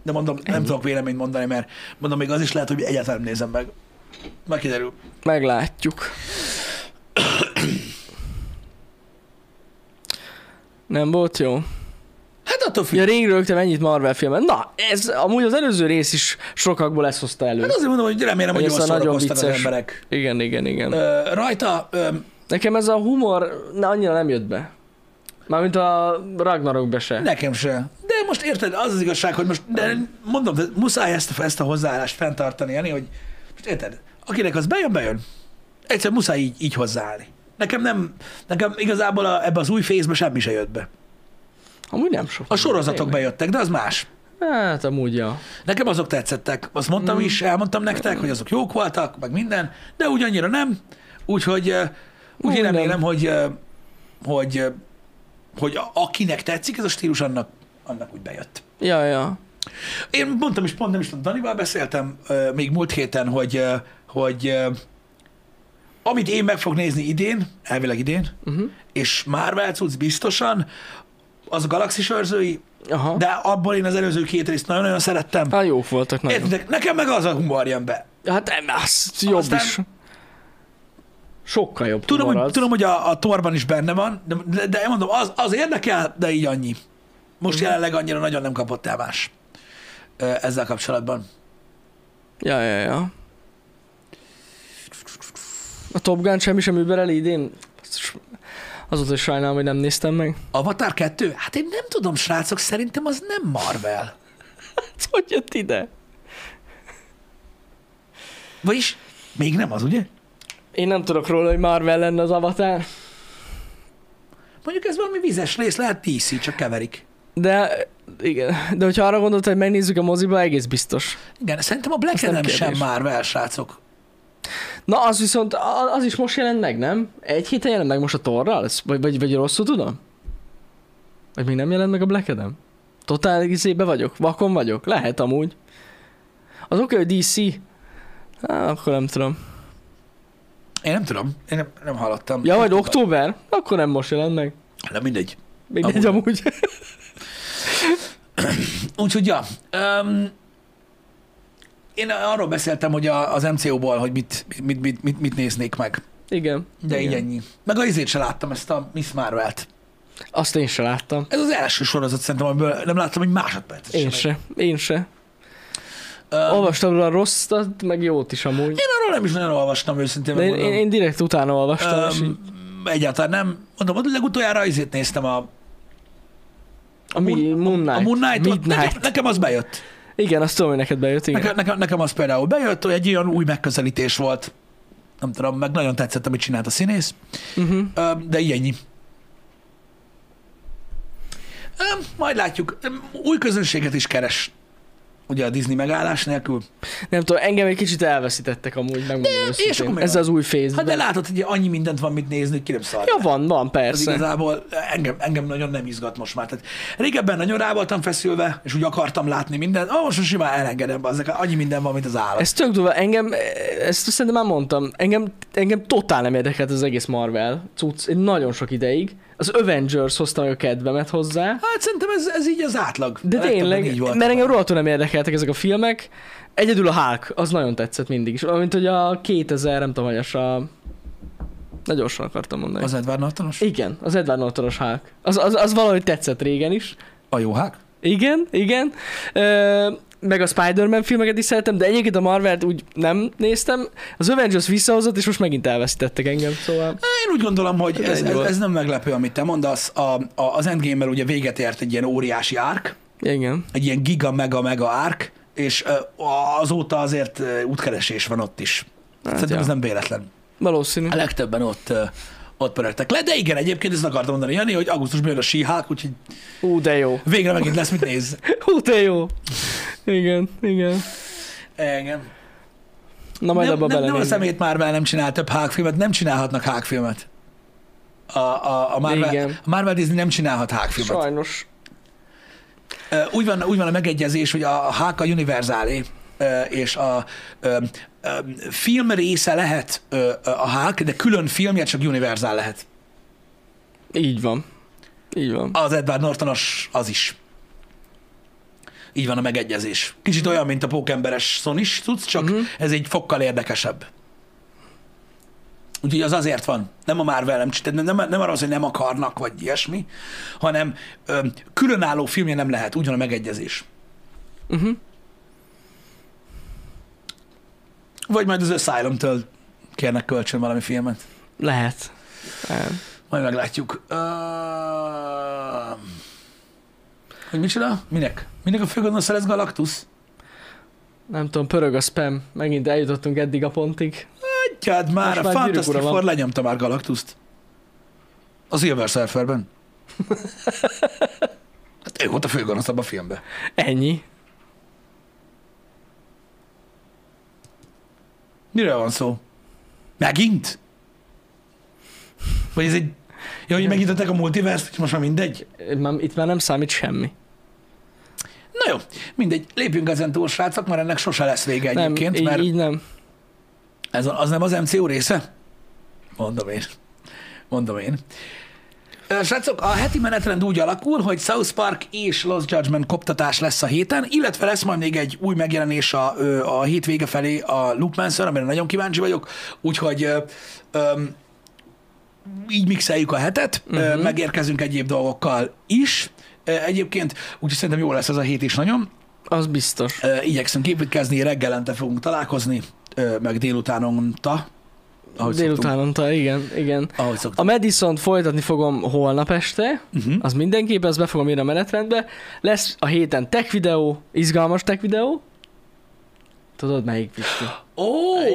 Speaker 1: De mondom, nem tudok véleményt mondani, mert mondom, még az is lehet, hogy egyáltalán nem nézem meg. Majd kiderül.
Speaker 2: Meglátjuk. Nem volt jó?
Speaker 1: Hát attól függ.
Speaker 2: Ja, rég rögtem ennyit Marvel filmen. Na, ez amúgy az előző rész is sokakból ezt hozta elő.
Speaker 1: Hát azért mondom, hogy remélem, hogy
Speaker 2: Hogy
Speaker 1: jól
Speaker 2: ez a nagyon
Speaker 1: szórakoztak az
Speaker 2: vicces.
Speaker 1: emberek.
Speaker 2: Igen, igen, igen.
Speaker 1: Ö, rajta, ö,
Speaker 2: Nekem ez a humor na, annyira nem jött be. Mármint a Ragnarokbe se.
Speaker 1: nekem se. De most érted, az az igazság, hogy most, de mondom, de muszáj ezt, ezt a hozzáállást fenntartani, Jani, hogy most érted, akinek az bejön, bejön. Egyszerűen muszáj így, így hozzáállni. Nekem nem, nekem igazából a, ebbe az új fészbe semmi se jött be.
Speaker 2: Amúgy nem sok.
Speaker 1: A sorozatok bejöttek, de az más.
Speaker 2: Hát amúgy, ja.
Speaker 1: Nekem azok tetszettek. Azt
Speaker 2: Mm.
Speaker 1: mondtam is, elmondtam nektek, hogy azok jók voltak, meg minden, de ugyannyira nem. Úgyhogy ö, úgy én
Speaker 2: Úgy nem.
Speaker 1: remélem, hogy, ö, hogy, ö, hogy a- akinek tetszik ez a stílus, annak, annak úgy bejött.
Speaker 2: Ja, ja.
Speaker 1: Én mondtam is, pont nem is tudom, Danival beszéltem ö, még múlt héten, hogy, ö, hogy ö, amit én meg fog nézni idén, elvileg idén,
Speaker 2: Uh-huh.
Speaker 1: és Marvel cucc biztosan, az a Galaxis őrzői,
Speaker 2: Aha.
Speaker 1: de abból én az előző két részt nagyon-nagyon szerettem.
Speaker 2: Hát jók voltak nagyon.
Speaker 1: Értitek, nekem meg az a humor jön be.
Speaker 2: Hát em, az jobb
Speaker 1: Aztán-
Speaker 2: is. Sokkal jobb
Speaker 1: Tudom,
Speaker 2: humor
Speaker 1: hogy,
Speaker 2: az.
Speaker 1: tudom, hogy a, a torban is benne van, de, de, de mondom, az, az érdekel, de így annyi. Most
Speaker 2: Mhm.
Speaker 1: jelenleg annyira nagyon nem kapott el más ö, ezzel kapcsolatban.
Speaker 2: Ja, ja, ja. A Top Gun semmi sem über el idén? Basszus, Azóta is sajnálom, hogy nem néztem meg.
Speaker 1: Avatar 2? Hát én nem tudom, srácok, szerintem az nem Marvel.
Speaker 2: Ez hogy jött ide?
Speaker 1: Vagyis még nem az, ugye?
Speaker 2: Én nem tudok róla, hogy Marvel lenne az avatár,
Speaker 1: Mondjuk ez valami vizes rész, lehet DC, csak keverik.
Speaker 2: de igen. De hogyha arra gondolt, hogy megnézzük a moziba, egész biztos.
Speaker 1: Igen, szerintem a Black
Speaker 2: Ez nem
Speaker 1: Adam sem
Speaker 2: kérdés.
Speaker 1: már velsrácok.
Speaker 2: Na, az viszont, a- az is most jelent meg, nem? Egy héten jelent meg most a Torral? Ezt- Vagy, vagy, vagy rosszul tudom? Vagy még nem jelent meg a Black Adam? Totál izébe vagyok? Vakon vagyok? Lehet amúgy. Az oké, hogy DC. Há, akkor nem tudom.
Speaker 1: Én nem tudom, én nem, nem hallottam.
Speaker 2: Ja, majd október? Akkor nem most jelent meg.
Speaker 1: Na mindegy.
Speaker 2: Mindegy
Speaker 1: Amúgy.
Speaker 2: amúgy.
Speaker 1: Úgyhogy, ja, um, én arról beszéltem, hogy a, az MCO-ból, hogy mit, mit, mit, mit, mit néznék meg.
Speaker 2: Igen.
Speaker 1: De
Speaker 2: igen.
Speaker 1: így ennyi. Meg a izét se láttam, ezt a Miss Marvel-t.
Speaker 2: Azt én se láttam.
Speaker 1: Ez az első sorozat szerintem, amiből nem láttam egy másodpercet
Speaker 2: Én se. Én se.
Speaker 1: Um,
Speaker 2: Olvastam róla rosszat, meg jót is
Speaker 1: én
Speaker 2: amúgy.
Speaker 1: arról nem is nagyon olvastam őszintén.
Speaker 2: De én,
Speaker 1: megmondom.
Speaker 2: én, én direkt utána olvastam, és így,
Speaker 1: Öm, egyáltalán nem. Mondom, hogy legutoljára izét néztem a,
Speaker 2: a, mi, Moon Knight.
Speaker 1: a Moon knight
Speaker 2: Midnight.
Speaker 1: Nekem, nekem, az bejött.
Speaker 2: Igen, azt tudom, hogy neked bejött, igen.
Speaker 1: Nekem, nekem, nekem, az például bejött, hogy egy olyan új megközelítés volt. Nem tudom, meg nagyon tetszett, amit csinált a színész.
Speaker 2: Uh-huh.
Speaker 1: Öm, De így ennyi. Öm, Majd látjuk. Öm, Új közönséget is keres. Ugye a Disney megállás nélkül.
Speaker 2: Nem tudom, engem egy kicsit elveszítettek amúgy, megmondom őszintén.
Speaker 1: és akkor mi
Speaker 2: Ez
Speaker 1: van?
Speaker 2: az új fész.
Speaker 1: Hát de látod, hogy annyi mindent van mit nézni, hogy ki nem szar.
Speaker 2: Ja, van, van,
Speaker 1: Ez
Speaker 2: persze.
Speaker 1: igazából engem, engem nagyon nem izgat most már. Tehát régebben nagyon rá voltam feszülve, és úgy akartam látni mindent. Ah, most már simán elengedem, azok annyi minden van, mint az állat.
Speaker 2: Ez tök durva, engem, ezt szerintem már mondtam, engem, engem totál nem érdekelt az egész Marvel cucc, én nagyon sok ideig. Az Avengers hozta meg a kedvemet hozzá.
Speaker 1: Hát szerintem ez, ez így az átlag.
Speaker 2: De
Speaker 1: A legtöbben
Speaker 2: tényleg,
Speaker 1: Így volt.
Speaker 2: mert engem rohadtul nem érdekeltek ezek a filmek. Egyedül a Hulk, az nagyon tetszett mindig is. Mint hogy a 2000, nem tudom, hogy a... Na gyorsan akartam mondani.
Speaker 1: Az Edward Nortonos?
Speaker 2: Igen, az Edward Nortonos Hulk. Az, az, az valahogy tetszett régen is.
Speaker 1: A jó hák?
Speaker 2: Igen, igen. Ö, meg a Spider-Man filmeket is szeretem, de egyébként a Marvelt úgy nem néztem. Az Avengers visszahozott, és most megint elvesztettek engem, szóval...
Speaker 1: Én úgy gondolom, hogy ez,
Speaker 2: ennyi
Speaker 1: ez,
Speaker 2: volt.
Speaker 1: ez nem meglepő, amit te mondasz. A, a, az endgame ugye véget ért egy ilyen óriási árk,
Speaker 2: Igen.
Speaker 1: egy ilyen giga-mega-mega árk, és ö, a- azóta azért ö, útkeresés van ott is. Hát szerintem
Speaker 2: ja.
Speaker 1: ez nem véletlen.
Speaker 2: Valószínű.
Speaker 1: A legtöbben ott, ö, ott pörögtek le, de igen, egyébként ezt akartam mondani, Jani, hogy augusztusban jön a síhák, úgyhogy
Speaker 2: Ú, de jó.
Speaker 1: végre megint lesz mit néz.
Speaker 2: Ú, de jó. Igen, igen.
Speaker 1: Igen.
Speaker 2: Na majd
Speaker 1: nem, nem,
Speaker 2: abba
Speaker 1: nem a
Speaker 2: belenézünk.
Speaker 1: szemét már nem csinál több hákfilmet, nem csinálhatnak hákfilmet. A, a, a, Marvel,
Speaker 2: Igen.
Speaker 1: a Marvel Disney nem csinálhat hákfilmet.
Speaker 2: Sajnos.
Speaker 1: Ö, Úgy van, úgy van a megegyezés, hogy a a hák a univerzálé, ö, és a ö, ö, film része lehet ö, ö, a hák, de külön filmje csak univerzál lehet.
Speaker 2: Így van. Így van.
Speaker 1: Az Edward Nortonos az is. Így van a megegyezés. Kicsit olyan, mint a pókemberes szonis, tudsz, csak
Speaker 2: Mhm.
Speaker 1: ez egy fokkal érdekesebb. Úgyhogy az azért van. Nem a már velem, nem, nem, nem arra az, hogy nem akarnak, vagy ilyesmi, hanem ö, különálló filmje nem lehet, ugyan a megegyezés.
Speaker 2: Uh-huh.
Speaker 1: Vagy majd az Asylum-től kérnek kölcsön valami filmet.
Speaker 2: Lehet. Lehet.
Speaker 1: Majd meglátjuk. Uh... Hogy micsoda? Minek? Minek a főgonosz lesz Galactus?
Speaker 2: Nem tudom, pörög a spam. Megint eljutottunk eddig a pontig.
Speaker 1: Adjad már,
Speaker 2: Most
Speaker 1: a
Speaker 2: már
Speaker 1: Fantastic
Speaker 2: gyűrűk ura
Speaker 1: Four
Speaker 2: van.
Speaker 1: lenyomta már Galactust. Az Silver Surferben. hát ő volt a főgonosz abban a filmben.
Speaker 2: Ennyi.
Speaker 1: Miről van szó? Megint? Vagy ez egy... Jó, hogy megnyitották a multiverse és most már mindegy?
Speaker 2: Már, itt már nem számít semmi.
Speaker 1: Na jó, mindegy, lépjünk ezen túl, srácok, mert ennek sose lesz vége
Speaker 2: Nem,
Speaker 1: egyébként,
Speaker 2: így,
Speaker 1: mert
Speaker 2: így nem.
Speaker 1: ez a- az nem az MCU része? Mondom én. Mondom én. Ö, Srácok, a heti menetrend úgy alakul, hogy South Park és Lost Judgment koptatás lesz a héten, illetve lesz majd még egy új megjelenés a, ö, a hét vége felé a Luke Manson, amire nagyon kíváncsi vagyok, úgyhogy ö, öm, így mixeljük a hetet,
Speaker 2: Mhm.
Speaker 1: uh-huh. megérkezünk egyéb dolgokkal is ö, egyébként, úgyhogy szerintem jó lesz ez a hét is nagyon.
Speaker 2: Az biztos.
Speaker 1: Ö, Igyekszünk építkezni, reggelente fogunk találkozni, ö, meg délutánonta. ahogy szoktunk.
Speaker 2: Délutánonta, igen, igen.
Speaker 1: Ahogy
Speaker 2: A
Speaker 1: szoktunk.
Speaker 2: Madison-t folytatni fogom holnap este,
Speaker 1: Uh-huh.
Speaker 2: az mindenképpen, ezt be fogom írni a menetrendbe. Lesz a héten tech videó, izgalmas tech videó. Tudod melyik, Pisti?
Speaker 1: Ó!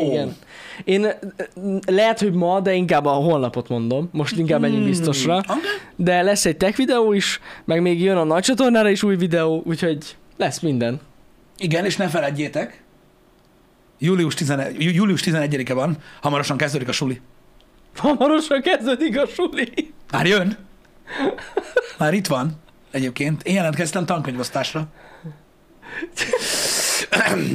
Speaker 2: Igen. Én ö, ö, lehet, hogy ma, de inkább a holnapot mondom. Most inkább
Speaker 1: Hmm.
Speaker 2: menjünk biztosra.
Speaker 1: Okay.
Speaker 2: De lesz egy tech videó is, meg még jön a nagy csatornára is új videó, úgyhogy lesz minden.
Speaker 1: Igen, és ne feledjétek, július, 11, jú- július 11-e van, hamarosan kezdődik a suli.
Speaker 2: Hamarosan kezdődik a suli.
Speaker 1: Már jön? Már itt van egyébként. Én jelentkeztem tankönyvosztásra.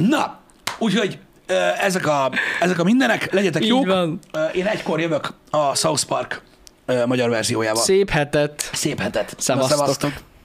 Speaker 1: Na, úgyhogy ö, ezek a, ezek a mindenek, legyetek
Speaker 2: Így
Speaker 1: jók.
Speaker 2: van.
Speaker 1: Ö, Én egykor jövök a South Park ö, magyar verziójával.
Speaker 2: Szép hetet.
Speaker 1: Szép hetet. Na,
Speaker 2: Szevasztok.
Speaker 1: szevasztok.